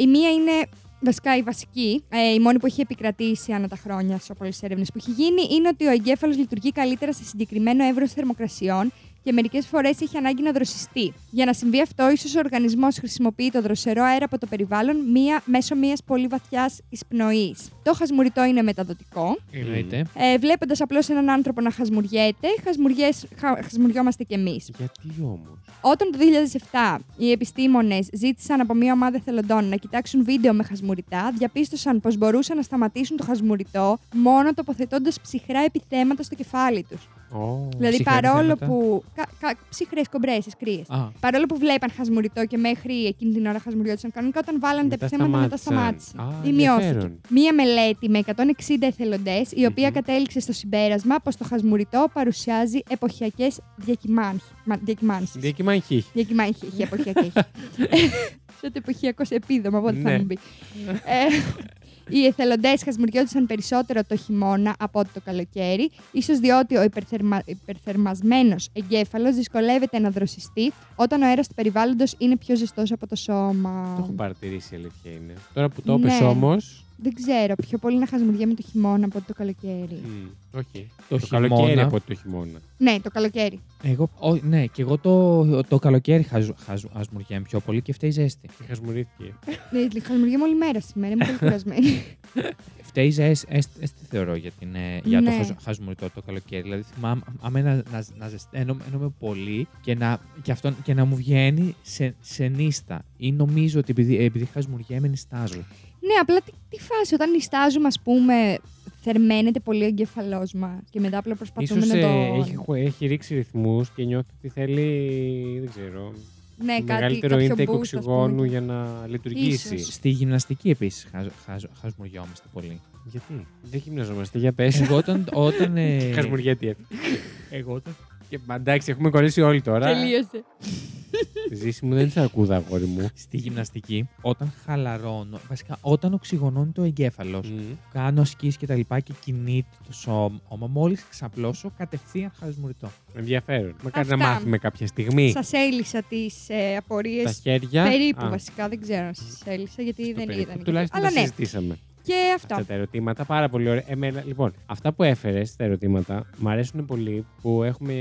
[SPEAKER 2] η μία είναι βασικά η βασική, ε, η μόνη που έχει επικρατήσει ανά τα χρόνια σε πολλέ έρευνες που έχει γίνει, είναι ότι ο εγκέφαλος λειτουργεί καλύτερα σε συγκεκριμένο εύρο θερμοκρασιών και μερικές φορές έχει ανάγκη να δροσιστεί. Για να συμβεί αυτό, ίσως ο οργανισμός χρησιμοποιεί το δροσερό αέρα από το περιβάλλον μία, μέσω μια πολύ βαθιάς εισπνοής. Το χασμουριτό είναι μεταδοτικό.
[SPEAKER 3] Εννοείται.
[SPEAKER 2] Ε, Βλέποντας απλώς έναν άνθρωπο να χασμουριέται, χασμουριές- χα- χασμουριόμαστε κι εμείς.
[SPEAKER 1] Γιατί όμως.
[SPEAKER 2] Όταν το 2007 οι επιστήμονες ζήτησαν από μια ομάδα εθελοντών να κοιτάξουν βίντεο με χασμουριτά, διαπίστωσαν πως μπορούσαν να σταματήσουν το χασμουριτό μόνο τοποθετώντας ψυχρά επιθέματα στο κεφάλι τους. Δηλαδή,
[SPEAKER 3] ψυχρά
[SPEAKER 2] παρόλο
[SPEAKER 3] επιθέματα.
[SPEAKER 2] που. Κα, κα, ψυχρές κομπρέσεις, κρύες.
[SPEAKER 3] Α,
[SPEAKER 2] Παρόλο που βλέπαν χασμουριτό και μέχρι εκείνη την ώρα χασμουριόντουσαν κανονικά, όταν βάλανε τα
[SPEAKER 1] Μετά
[SPEAKER 2] επιθέματα μετά
[SPEAKER 1] σταμάτησαν.
[SPEAKER 2] σταμάτησε.
[SPEAKER 1] Α,
[SPEAKER 2] Ή μειώθηκε.
[SPEAKER 1] ενδιαφέρον.
[SPEAKER 2] Μία μελέτη με 160 εθελοντές, η οποία
[SPEAKER 1] Μμμ.
[SPEAKER 2] κατέληξε στο συμπέρασμα πως το χασμουριτό παρουσιάζει εποχιακές διακυμάνσει.
[SPEAKER 1] Διακυμάνει χύχη.
[SPEAKER 2] Για κοιμά είχε, είχε εποχιακά είχε. Σε το εποχιακό σε επίδομα, από ό,τι
[SPEAKER 1] Ναι.
[SPEAKER 2] θα μου πει. Ε, οι εθελοντές χασμουριόντουσαν περισσότερο το χειμώνα από ότι το καλοκαίρι, ίσως διότι ο υπερθερμα... υπερθερμασμένος εγκέφαλος δυσκολεύεται να δροσιστεί όταν ο αέρας του περιβάλλοντος είναι πιο ζεστός από το σώμα.
[SPEAKER 1] Το έχω παρατηρήσει, η αλήθεια είναι. Τώρα που το
[SPEAKER 2] Ναι.
[SPEAKER 1] είπε όμως.
[SPEAKER 2] Δεν ξέρω, πιο πολύ να χασμουριέμαι το χειμώνα από ότι το καλοκαίρι.
[SPEAKER 1] Όχι. Το,
[SPEAKER 3] Το χειμώνα.
[SPEAKER 1] καλοκαίρι από ότι το χειμώνα.
[SPEAKER 2] Ναι, το καλοκαίρι.
[SPEAKER 3] εγώ, ό, ναι, και εγώ το, το καλοκαίρι χαζου, χαζου, χασμουριέμαι πιο πολύ και φταίει η ζέστη.
[SPEAKER 1] Και χασμουρήθηκε.
[SPEAKER 2] Ναι, χασμουριέμαι όλη μέρα σήμερα, είμαι πολύ κουρασμένη.
[SPEAKER 3] Φταίει η ζέστη, ε, έστ- έστ- θεωρώ, για, την, ε, για το
[SPEAKER 2] Ναι.
[SPEAKER 3] χαζου- χασμουριτό το καλοκαίρι. Δηλαδή, θυμάμαι άμα να, να, να ζεσταίνομαι πολύ και να, και, αυτό, και να μου βγαίνει σε, σε νύστα. Ή νομίζω ότι επειδή, επειδή χασμουριέμαι, νιστάζω.
[SPEAKER 2] Ναι, απλά τι, τι φάση, όταν νιστάζουμε, ας πούμε, θερμαίνεται πολύ ο εγκεφαλός μας και μετά απλά προσπαθούμε
[SPEAKER 1] Ίσως
[SPEAKER 2] να το.
[SPEAKER 1] ε, έχει, χω- έχει ρίξει ρυθμούς και νιώθει ότι θέλει. Δεν ξέρω.
[SPEAKER 2] ναι, κάτι,
[SPEAKER 1] μεγαλύτερο
[SPEAKER 2] κάποιο
[SPEAKER 1] intake
[SPEAKER 2] boost, ας
[SPEAKER 1] οξυγόνου
[SPEAKER 2] πούμε.
[SPEAKER 1] για να λειτουργήσει.
[SPEAKER 2] Ίσως.
[SPEAKER 3] Στη γυμναστική επίσης χασμουριόμαστε πολύ.
[SPEAKER 1] Γιατί? Δεν γυμναζόμαστε, για πες.
[SPEAKER 3] Εγώ όταν. όταν ε,
[SPEAKER 1] Χασμουριέται.
[SPEAKER 3] εγώ όταν.
[SPEAKER 1] Και μα, εντάξει, έχουμε κολλήσει όλοι τώρα.
[SPEAKER 2] Τελείωσε.
[SPEAKER 1] Ζήση μου δεν σε ακούδα, αγόρι μου.
[SPEAKER 3] Στη γυμναστική, όταν χαλαρώνω, βασικά όταν οξυγονώνει το εγκέφαλος, κάνω ασκήσει και τα λοιπά και κινείται το σώμα, μόλις ξαπλώσω, κατευθείαν χαλασμουριτό.
[SPEAKER 1] Ενδιαφέρον. Μακάρι να
[SPEAKER 2] Αυτά.
[SPEAKER 1] μάθουμε κάποια στιγμή.
[SPEAKER 2] Σας έλυσα τις ε, απορίες.
[SPEAKER 1] Τα χέρια.
[SPEAKER 2] Περίπου
[SPEAKER 1] Α,
[SPEAKER 2] βασικά, δεν ξέρω αν σας έλυσα γιατί
[SPEAKER 1] στο
[SPEAKER 2] δεν
[SPEAKER 1] περίπου.
[SPEAKER 2] ήταν.
[SPEAKER 1] Τουλάχιστον
[SPEAKER 2] Αλλά
[SPEAKER 1] τα
[SPEAKER 2] ναι,
[SPEAKER 1] συζητήσαμε.
[SPEAKER 2] και
[SPEAKER 1] Αυτά
[SPEAKER 2] αυτό.
[SPEAKER 1] τα ερωτήματα, πάρα πολύ ωραία. Εμένα, λοιπόν, αυτά που έφερες τα ερωτήματα μου αρέσουν πολύ που έχουμε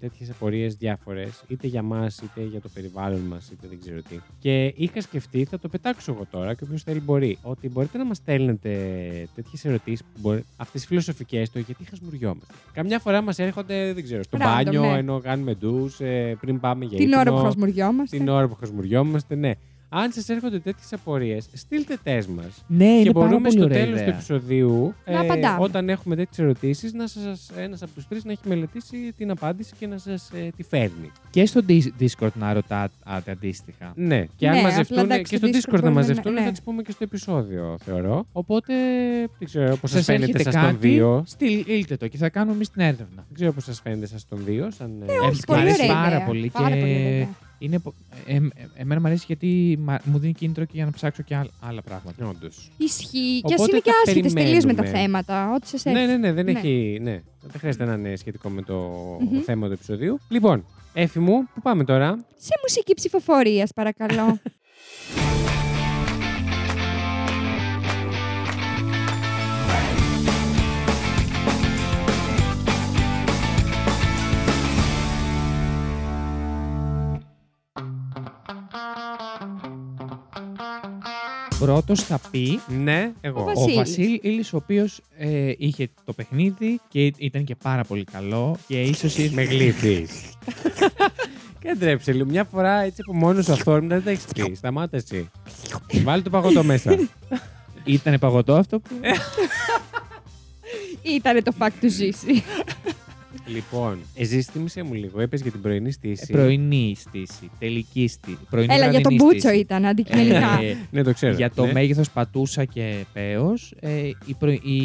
[SPEAKER 1] τέτοιες απορίες διάφορες, είτε για μας, είτε για το περιβάλλον μας, είτε δεν ξέρω τι. Και είχα σκεφτεί, θα το πετάξω εγώ τώρα και όποιος θέλει μπορεί, ότι μπορείτε να μας στέλνετε τέτοιες ερωτήσεις, αυτέ τι φιλοσοφικές, το γιατί χασμουριόμαστε. Καμιά φορά μας έρχονται, δεν ξέρω, στο
[SPEAKER 2] Random,
[SPEAKER 1] μπάνιο,
[SPEAKER 2] ναι.
[SPEAKER 1] ενώ κάνουμε ντους, πριν πάμε για
[SPEAKER 2] Την ώρα που
[SPEAKER 1] ύπνο,
[SPEAKER 2] χασμουριόμαστε.
[SPEAKER 1] την ώρα που χασμουριόμαστε, ναι. Αν σας έρχονται τέτοιες απορίες, στείλτε τέ μας.
[SPEAKER 3] Ναι, είναι
[SPEAKER 1] Και
[SPEAKER 3] πάρα
[SPEAKER 1] μπορούμε
[SPEAKER 3] πολύ
[SPEAKER 1] στο
[SPEAKER 3] ωραία
[SPEAKER 1] τέλος του
[SPEAKER 3] ιδέα.
[SPEAKER 1] επεισοδιού,
[SPEAKER 2] Να απαντάμε.
[SPEAKER 1] όταν έχουμε τέτοιες ερωτήσεις, να σας, ένας από τους τρεις να έχει μελετήσει την απάντηση και να σας τη φέρνει.
[SPEAKER 3] Και στο Dis- Discord να ρωτάτε αντίστοιχα.
[SPEAKER 1] Ναι, και αν
[SPEAKER 2] Ναι,
[SPEAKER 1] μαζευτούν.
[SPEAKER 2] απλά,
[SPEAKER 1] και
[SPEAKER 2] εντάξει,
[SPEAKER 1] στο
[SPEAKER 2] στο
[SPEAKER 1] Discord
[SPEAKER 2] Discord
[SPEAKER 1] να
[SPEAKER 2] μπορούμε να-
[SPEAKER 1] μαζευτούν,
[SPEAKER 2] ναι.
[SPEAKER 1] θα τις πούμε και στο επεισόδιο, θεωρώ. Οπότε δεν ξέρω πώς σας
[SPEAKER 3] Σας
[SPEAKER 1] φαίνεται
[SPEAKER 3] έρχεται
[SPEAKER 1] σα τον δύο.
[SPEAKER 3] στείλτε το και θα κάνουμε εμείς την έρευνα.
[SPEAKER 1] Δεν ξέρω πώς σας φαίνεται σα τον δύο. Σαν, ε,
[SPEAKER 3] όχι,
[SPEAKER 1] ευχάριστη.
[SPEAKER 3] πολύ
[SPEAKER 2] Πολύ
[SPEAKER 3] αρέσει
[SPEAKER 2] ωραία
[SPEAKER 3] πάρα
[SPEAKER 2] ιδέα.
[SPEAKER 3] πολύ
[SPEAKER 2] Πάρα
[SPEAKER 3] και-
[SPEAKER 2] πολύ ωραία ιδέα.
[SPEAKER 3] Είναι, πο- ε, ε, εμένα μου αρέσει γιατί μα- μου δίνει κίνητρο και για να ψάξω και άλλα, άλλα πράγματα.
[SPEAKER 1] Όντως.
[SPEAKER 2] Ισχύει. Και
[SPEAKER 1] Οπότε
[SPEAKER 2] α είναι και
[SPEAKER 1] θα
[SPEAKER 2] άσχετες τελείως με τα
[SPEAKER 1] περιμένουμε.
[SPEAKER 2] θέματα. Ό,τι σας
[SPEAKER 1] Ναι,
[SPEAKER 2] έρθει.
[SPEAKER 1] ναι, ναι, δεν
[SPEAKER 2] Ναι.
[SPEAKER 1] έχει. Ναι. Δεν χρειάζεται να είναι σχετικό με το
[SPEAKER 2] Μμμ.
[SPEAKER 1] θέμα του επεισοδίου. Λοιπόν, έφη μου, πού πάμε τώρα.
[SPEAKER 2] Σε μουσική ψηφοφορίας, παρακαλώ.
[SPEAKER 3] Πρώτος θα πει
[SPEAKER 1] Ναι, εγώ.
[SPEAKER 2] Βασίλης.
[SPEAKER 3] ο Βασίλ Ήλις, ο οποίος είχε το παιχνίδι και ήταν και πάρα πολύ καλό. Και ίσως
[SPEAKER 1] Με γλύφεις. Καντρέψε λίγο. Μια φορά έτσι από μόνο σου αυθόρμητα δεν τα έχει πει. Σταμάτα εσύ. Βάλει το παγωτό μέσα.
[SPEAKER 3] ήταν παγωτό αυτό που.
[SPEAKER 2] Ήτανε το fact του ζήσει.
[SPEAKER 1] λοιπόν, εσύ θύμισε μου λίγο. Έπε για την πρωινή στήση.
[SPEAKER 3] Ε, πρωινή στήση, τελική στήση. Πρωινή
[SPEAKER 2] Έλα, για τον
[SPEAKER 3] βραδινή
[SPEAKER 2] Μπούτσο
[SPEAKER 3] στήση.
[SPEAKER 2] ήταν αντικειμενικά.
[SPEAKER 3] Ε,
[SPEAKER 1] Ναι, το ξέρω.
[SPEAKER 3] Για το
[SPEAKER 1] ναι.
[SPEAKER 3] μέγεθος πατούσα και πέος, ε, η, προ, η,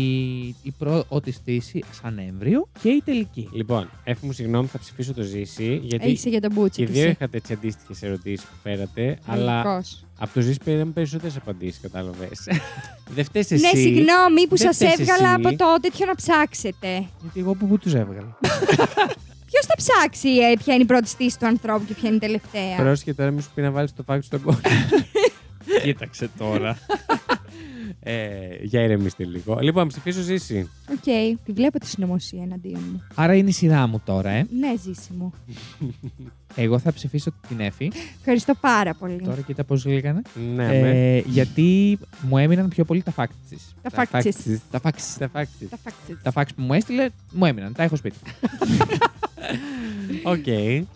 [SPEAKER 3] η πρώτη στήση σαν έμβριο και η τελική.
[SPEAKER 1] Λοιπόν, έφη μου συγγνώμη, θα ψηφίσω το ζήσει. Γιατί
[SPEAKER 2] Έχεις για τον Μπούτσο.
[SPEAKER 1] και οι δύο είχατε τις αντίστοιχες ερωτήσεις που φέρατε. Αλλά από το ζήσει πήραμε περισσότερες απαντήσεις, κατάλαβες. δεν φταίεις εσύ.
[SPEAKER 2] Ναι, συγγνώμη που
[SPEAKER 1] δεν
[SPEAKER 2] σας
[SPEAKER 1] θες
[SPEAKER 2] έβγαλα
[SPEAKER 1] εσύ.
[SPEAKER 2] από το τέτοιο να ψάξετε.
[SPEAKER 3] Γιατί εγώ που, που τους έβγαλα.
[SPEAKER 2] Ποιος θα ψάξει ε, ποια είναι η πρώτη στήση του ανθρώπου και ποια είναι η τελευταία.
[SPEAKER 1] Πρόσχε τώρα, μη σου πει να βάλεις το φάξι στον κόλπο.
[SPEAKER 3] Κοίταξε τώρα.
[SPEAKER 1] ε, για ηρεμήστε λίγο. Λοιπόν, ψηφίσω ζήσει.
[SPEAKER 2] Οκ, τη βλέπω τη συνωμοσία εναντίον μου.
[SPEAKER 3] Άρα είναι η σειρά μου τώρα, ε.
[SPEAKER 2] Ναι, ζήση μου.
[SPEAKER 3] Εγώ θα ψηφίσω την Εφη.
[SPEAKER 2] Ευχαριστώ πάρα πολύ.
[SPEAKER 3] τώρα κοίτα πώς λέγανε.
[SPEAKER 1] Ναι,
[SPEAKER 3] Ε,
[SPEAKER 1] με.
[SPEAKER 3] γιατί μου έμειναν πιο πολύ τα facts της.
[SPEAKER 2] Τα facts της.
[SPEAKER 3] της. Τα facts της.
[SPEAKER 1] Τα φάξι.
[SPEAKER 2] Τα facts.
[SPEAKER 3] Τα facts που μου έστειλε μου έμειναν. Τα έχω σπίτι.
[SPEAKER 1] Οκ.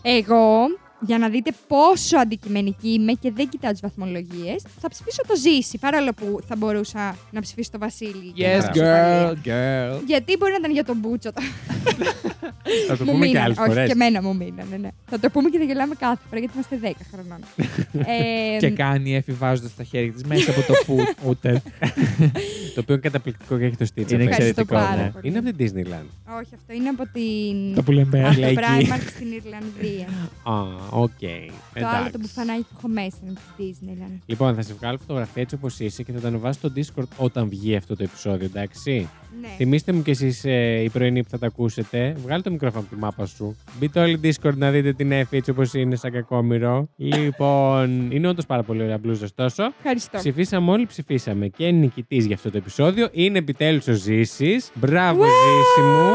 [SPEAKER 2] Εγώ, για να δείτε πόσο αντικειμενική είμαι και δεν κοιτάω τις βαθμολογίες, θα ψηφίσω το Ζήση, παρόλο που θα μπορούσα να ψηφίσω το Βασίλη. και
[SPEAKER 1] Yes,
[SPEAKER 2] την Πορτογαλία.
[SPEAKER 3] girl.
[SPEAKER 2] Γιατί μπορεί να ήταν για τον Μπούτσο. το-
[SPEAKER 1] Θα το
[SPEAKER 2] μου
[SPEAKER 1] πούμε και
[SPEAKER 2] μείνανε.
[SPEAKER 1] άλλες
[SPEAKER 2] Όχι,
[SPEAKER 1] φορές.
[SPEAKER 2] και εμένα μου μείνανε. Ναι. Θα το πούμε και θα γελάμε κάθε φορά γιατί είμαστε 10 χρονών. ε,
[SPEAKER 3] Και κάνει η Εφη βάζοντας τα χέρια της μέσα από το food. Ούτε.
[SPEAKER 1] Το οποίο είναι καταπληκτικό και έχει το στήριο.
[SPEAKER 3] Είναι
[SPEAKER 2] Ευχαριστώ
[SPEAKER 3] εξαιρετικό,
[SPEAKER 2] πάρα
[SPEAKER 3] ναι.
[SPEAKER 2] πολύ.
[SPEAKER 1] Είναι από την Disneyland.
[SPEAKER 2] Όχι, αυτό είναι από την.
[SPEAKER 3] που λέμε.
[SPEAKER 2] από το
[SPEAKER 1] Αγγλική.
[SPEAKER 2] Primark στην Ιρλανδία.
[SPEAKER 1] Α, οκ.
[SPEAKER 2] το άλλο το
[SPEAKER 1] Εντάξει.
[SPEAKER 2] μπουφανάκι που έχω μέσα είναι από της Disneyland.
[SPEAKER 1] Λοιπόν, θα σε βγάλω φωτογραφία έτσι όπως είσαι και θα τα ανεβάσω στο Discord όταν βγει αυτό το επεισόδιο, εντάξει.
[SPEAKER 2] Ναι.
[SPEAKER 1] Θυμήστε μου κι εσείς ε, η πρωινή που θα τα ακούσετε. Βγάλε το μικρόφωνο από τη μάπα σου. Μπείτε όλοι Discord να δείτε την Εφη έτσι όπως είναι, σαν κακόμοιρο. λοιπόν, είναι όντως πάρα πολύ ωραία μπλούζα, ωστόσο.
[SPEAKER 2] Ευχαριστώ.
[SPEAKER 1] Ψηφίσαμε όλοι, ψηφίσαμε. Και νικητής για αυτό το επεισόδιο είναι επιτέλους ο Ζήσης. Μπράβο,
[SPEAKER 2] Ουα!
[SPEAKER 1] Ζήση μου.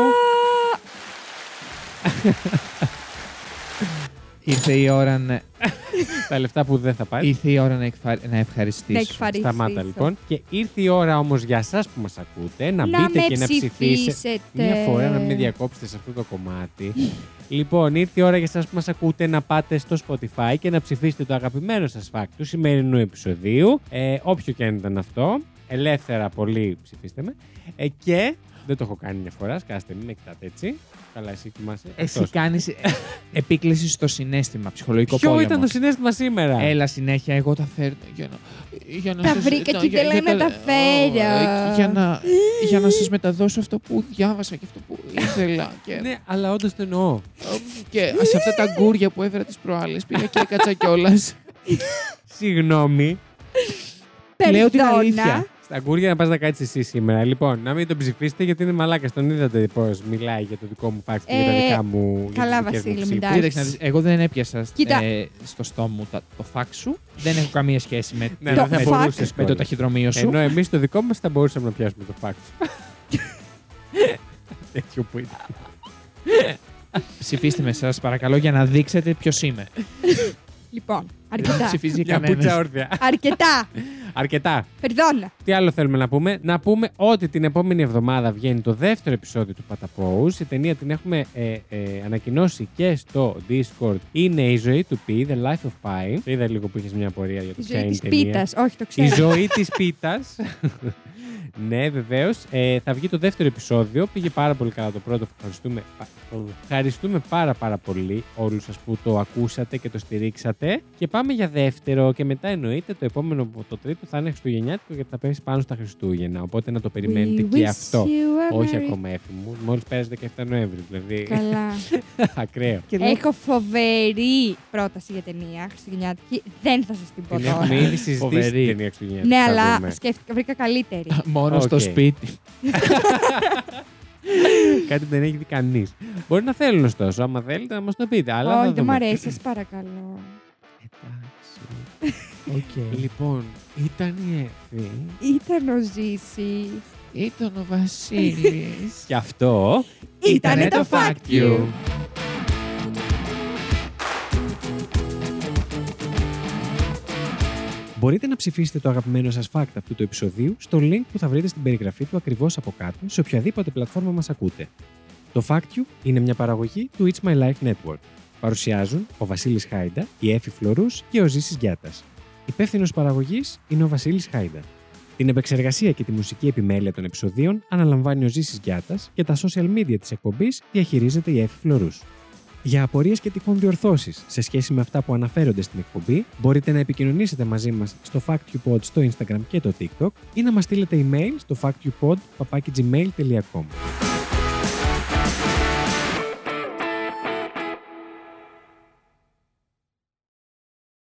[SPEAKER 3] Ήρθε η ώρα να,
[SPEAKER 1] Τα λεφτά που δεν θα πάει.
[SPEAKER 3] ήρθε η ώρα να, εκφα- να
[SPEAKER 2] Να
[SPEAKER 3] ευχαριστήσω.
[SPEAKER 2] εκφαρίστησω.
[SPEAKER 1] Σταμάτα λοιπόν. Και ήρθε η ώρα όμως για εσά που μας ακούτε να,
[SPEAKER 2] Να
[SPEAKER 1] μπείτε
[SPEAKER 2] με
[SPEAKER 1] και να ψηφίσετε.
[SPEAKER 2] ψηφίσετε.
[SPEAKER 1] Μια φορά να μην διακόψετε σε αυτό το κομμάτι. λοιπόν, ήρθε η ώρα για εσά που μας ακούτε να πάτε στο Spotify και να ψηφίσετε το αγαπημένο σας φακ του σημερινού επεισοδίου. Ε, όποιο και αν ήταν αυτό. Ελεύθερα πολύ ψηφίστε με. Ε, και δεν το έχω κάνει μια φορά. Σκάστε, μην με κοιτάτε έτσι. Καλά, εσύ κοιμάσαι.
[SPEAKER 3] Εσύ
[SPEAKER 1] Εκτός.
[SPEAKER 3] κάνεις επίκληση στο συνέστημα, ψυχολογικό
[SPEAKER 1] Ποιο
[SPEAKER 3] πόλεμο.
[SPEAKER 1] ήταν το συνέστημα σήμερα.
[SPEAKER 3] Έλα συνέχεια, εγώ τα φέρνω για να... Για να
[SPEAKER 2] Τα
[SPEAKER 3] σας-
[SPEAKER 2] βρήκα
[SPEAKER 3] να-
[SPEAKER 2] και
[SPEAKER 3] για- ε,
[SPEAKER 2] δεν
[SPEAKER 3] για
[SPEAKER 2] τα φέρω.
[SPEAKER 3] Για να, για να σας μεταδώσω αυτό που διάβασα και αυτό που...
[SPEAKER 4] ήθελα. Και,
[SPEAKER 1] Ναι, αλλά όντως το εννοώ.
[SPEAKER 4] και σε αυτά τα γκούρια που έφερα τις προάλλες πήγα και έκατσα κιόλας.
[SPEAKER 1] Συγγνώμη.
[SPEAKER 3] Λέω την
[SPEAKER 2] Περδόνα.
[SPEAKER 3] αλήθεια.
[SPEAKER 1] Στα κούρια να πας να κάτσεις εσύ σήμερα. Λοιπόν, να μην τον ψηφίσετε γιατί είναι μαλάκας. Τον είδατε πώς μιλάει για το δικό μου φάξ και για τα
[SPEAKER 2] Ε,
[SPEAKER 1] δικά μου. για
[SPEAKER 2] καλά,
[SPEAKER 1] τις δικές μου
[SPEAKER 2] Βασίλη,
[SPEAKER 1] ψήφους.
[SPEAKER 2] εντάξει.
[SPEAKER 3] Κοίταξε να δεις, εγώ δεν έπιασα
[SPEAKER 2] Κοίτα.
[SPEAKER 3] ε, στο στόμα μου τα- το φάξ σου. Δεν έχω καμία σχέση με,
[SPEAKER 1] Ναι, δεν
[SPEAKER 2] Το
[SPEAKER 1] θα
[SPEAKER 2] φάξ-
[SPEAKER 1] μπορούσες
[SPEAKER 3] με το ταχυδρομείο σου.
[SPEAKER 1] Ενώ εμείς το δικό μας θα μπορούσαμε να πιάσουμε το φάξ. Τέτοιο που ήταν.
[SPEAKER 3] Ψηφίστε με σας παρακαλώ για να δείξετε ποιος είμαι.
[SPEAKER 2] Λοιπόν,
[SPEAKER 4] Δεν
[SPEAKER 2] αρκετά.
[SPEAKER 4] ψηφίζει
[SPEAKER 1] Μια πουτσα
[SPEAKER 4] κανένα.
[SPEAKER 1] όρθια.
[SPEAKER 2] αρκετά.
[SPEAKER 1] Αρκετά.
[SPEAKER 2] Περδόνα.
[SPEAKER 1] Τι άλλο θέλουμε να πούμε. Να πούμε ότι την επόμενη εβδομάδα βγαίνει το δεύτερο επεισόδιο του Παταπόους. Η ταινία την έχουμε ε, ε, ανακοινώσει και στο Discord. Είναι η ζωή του Πι, The Life of Pi. Το είδα λίγο που είχες μια απορία για το
[SPEAKER 2] Η
[SPEAKER 1] ποια
[SPEAKER 2] ζωή
[SPEAKER 1] είναι η
[SPEAKER 2] της
[SPEAKER 1] ταινία.
[SPEAKER 2] πίτας. Όχι, το
[SPEAKER 1] Η
[SPEAKER 2] ξέρω.
[SPEAKER 1] ζωή της πίτας. ναι, βεβαίως. Ε, θα βγει το δεύτερο επεισόδιο. Πήγε πάρα πολύ καλά το πρώτο. Ευχαριστούμε, πα- ευχαριστούμε πάρα πάρα πολύ όλους σας που το ακούσατε και το στηρίξατε. Και πάμε για δεύτερο και μετά εννοείται το επόμενο, που- το τρίτο θα είναι Χριστουγεννιάτικο γιατί θα πέσει πάνω στα Χριστούγεννα. Οπότε να το περιμένετε
[SPEAKER 2] We
[SPEAKER 1] και
[SPEAKER 2] wish
[SPEAKER 1] αυτό.
[SPEAKER 2] you a
[SPEAKER 1] Όχι
[SPEAKER 2] Merry-
[SPEAKER 1] ακόμα έφη μου. Μόλις πέρασε 17 Νοέμβρη, δηλαδή
[SPEAKER 2] Καλά.
[SPEAKER 1] ακραίο.
[SPEAKER 2] Έχω φοβερή πρόταση για ταινία χριστουγεννιάτικη. Δεν θα σας την πω
[SPEAKER 1] Την
[SPEAKER 2] τώρα.
[SPEAKER 1] έχουμε ήδη συζητήσει
[SPEAKER 3] Φοβερή.
[SPEAKER 1] την ταινία Χριστουγεννιάτικη.
[SPEAKER 2] Ναι,
[SPEAKER 1] θα
[SPEAKER 2] αλλά
[SPEAKER 1] δούμε.
[SPEAKER 2] σκέφτηκα, βρήκα καλύτερη.
[SPEAKER 3] Μόνο στο
[SPEAKER 1] Οκ.
[SPEAKER 3] σπίτι.
[SPEAKER 1] Κάτι που δεν έχει δει κανείς. Μπορεί να θέλουν ωστόσο, άμα θέλετε να μας το πείτε. Αλλά θα
[SPEAKER 2] Όχι, δεν μου
[SPEAKER 1] δούμε.
[SPEAKER 2] αρέσει, σας παρακαλώ.
[SPEAKER 3] Οκ.
[SPEAKER 1] Λοιπόν, ήταν η Εφη.
[SPEAKER 2] Ήταν ο Ζήσης.
[SPEAKER 4] Ήταν ο Βασίλης.
[SPEAKER 1] Και αυτό.
[SPEAKER 2] Ήτανε το Fact You.
[SPEAKER 1] Μπορείτε να ψηφίσετε το αγαπημένο σας fact αυτού του επεισοδίου στο link που θα βρείτε στην περιγραφή του ακριβώς από κάτω σε οποιαδήποτε πλατφόρμα μας ακούτε. Το Fact You είναι μια παραγωγή του It's My Life Network. Παρουσιάζουν ο Βασίλης Χάιντα, η Εφη Φλωρούς και ο Ζήσης Γιάτας. Υπεύθυνος παραγωγής είναι ο Βασίλης Χάιντα. Την επεξεργασία και τη μουσική επιμέλεια των επεισοδίων αναλαμβάνει ο Ζήσης Γιάτας και τα social media της εκπομπής διαχειρίζεται η Εφη Φλωρούς. Για απορίες και τυχόν διορθώσεις σε σχέση με αυτά που αναφέρονται στην εκπομπή, μπορείτε να επικοινωνήσετε μαζί μας στο FactUpod στο Instagram και το TikTok ή να μας στείλετε email στο factupod.gmail.com.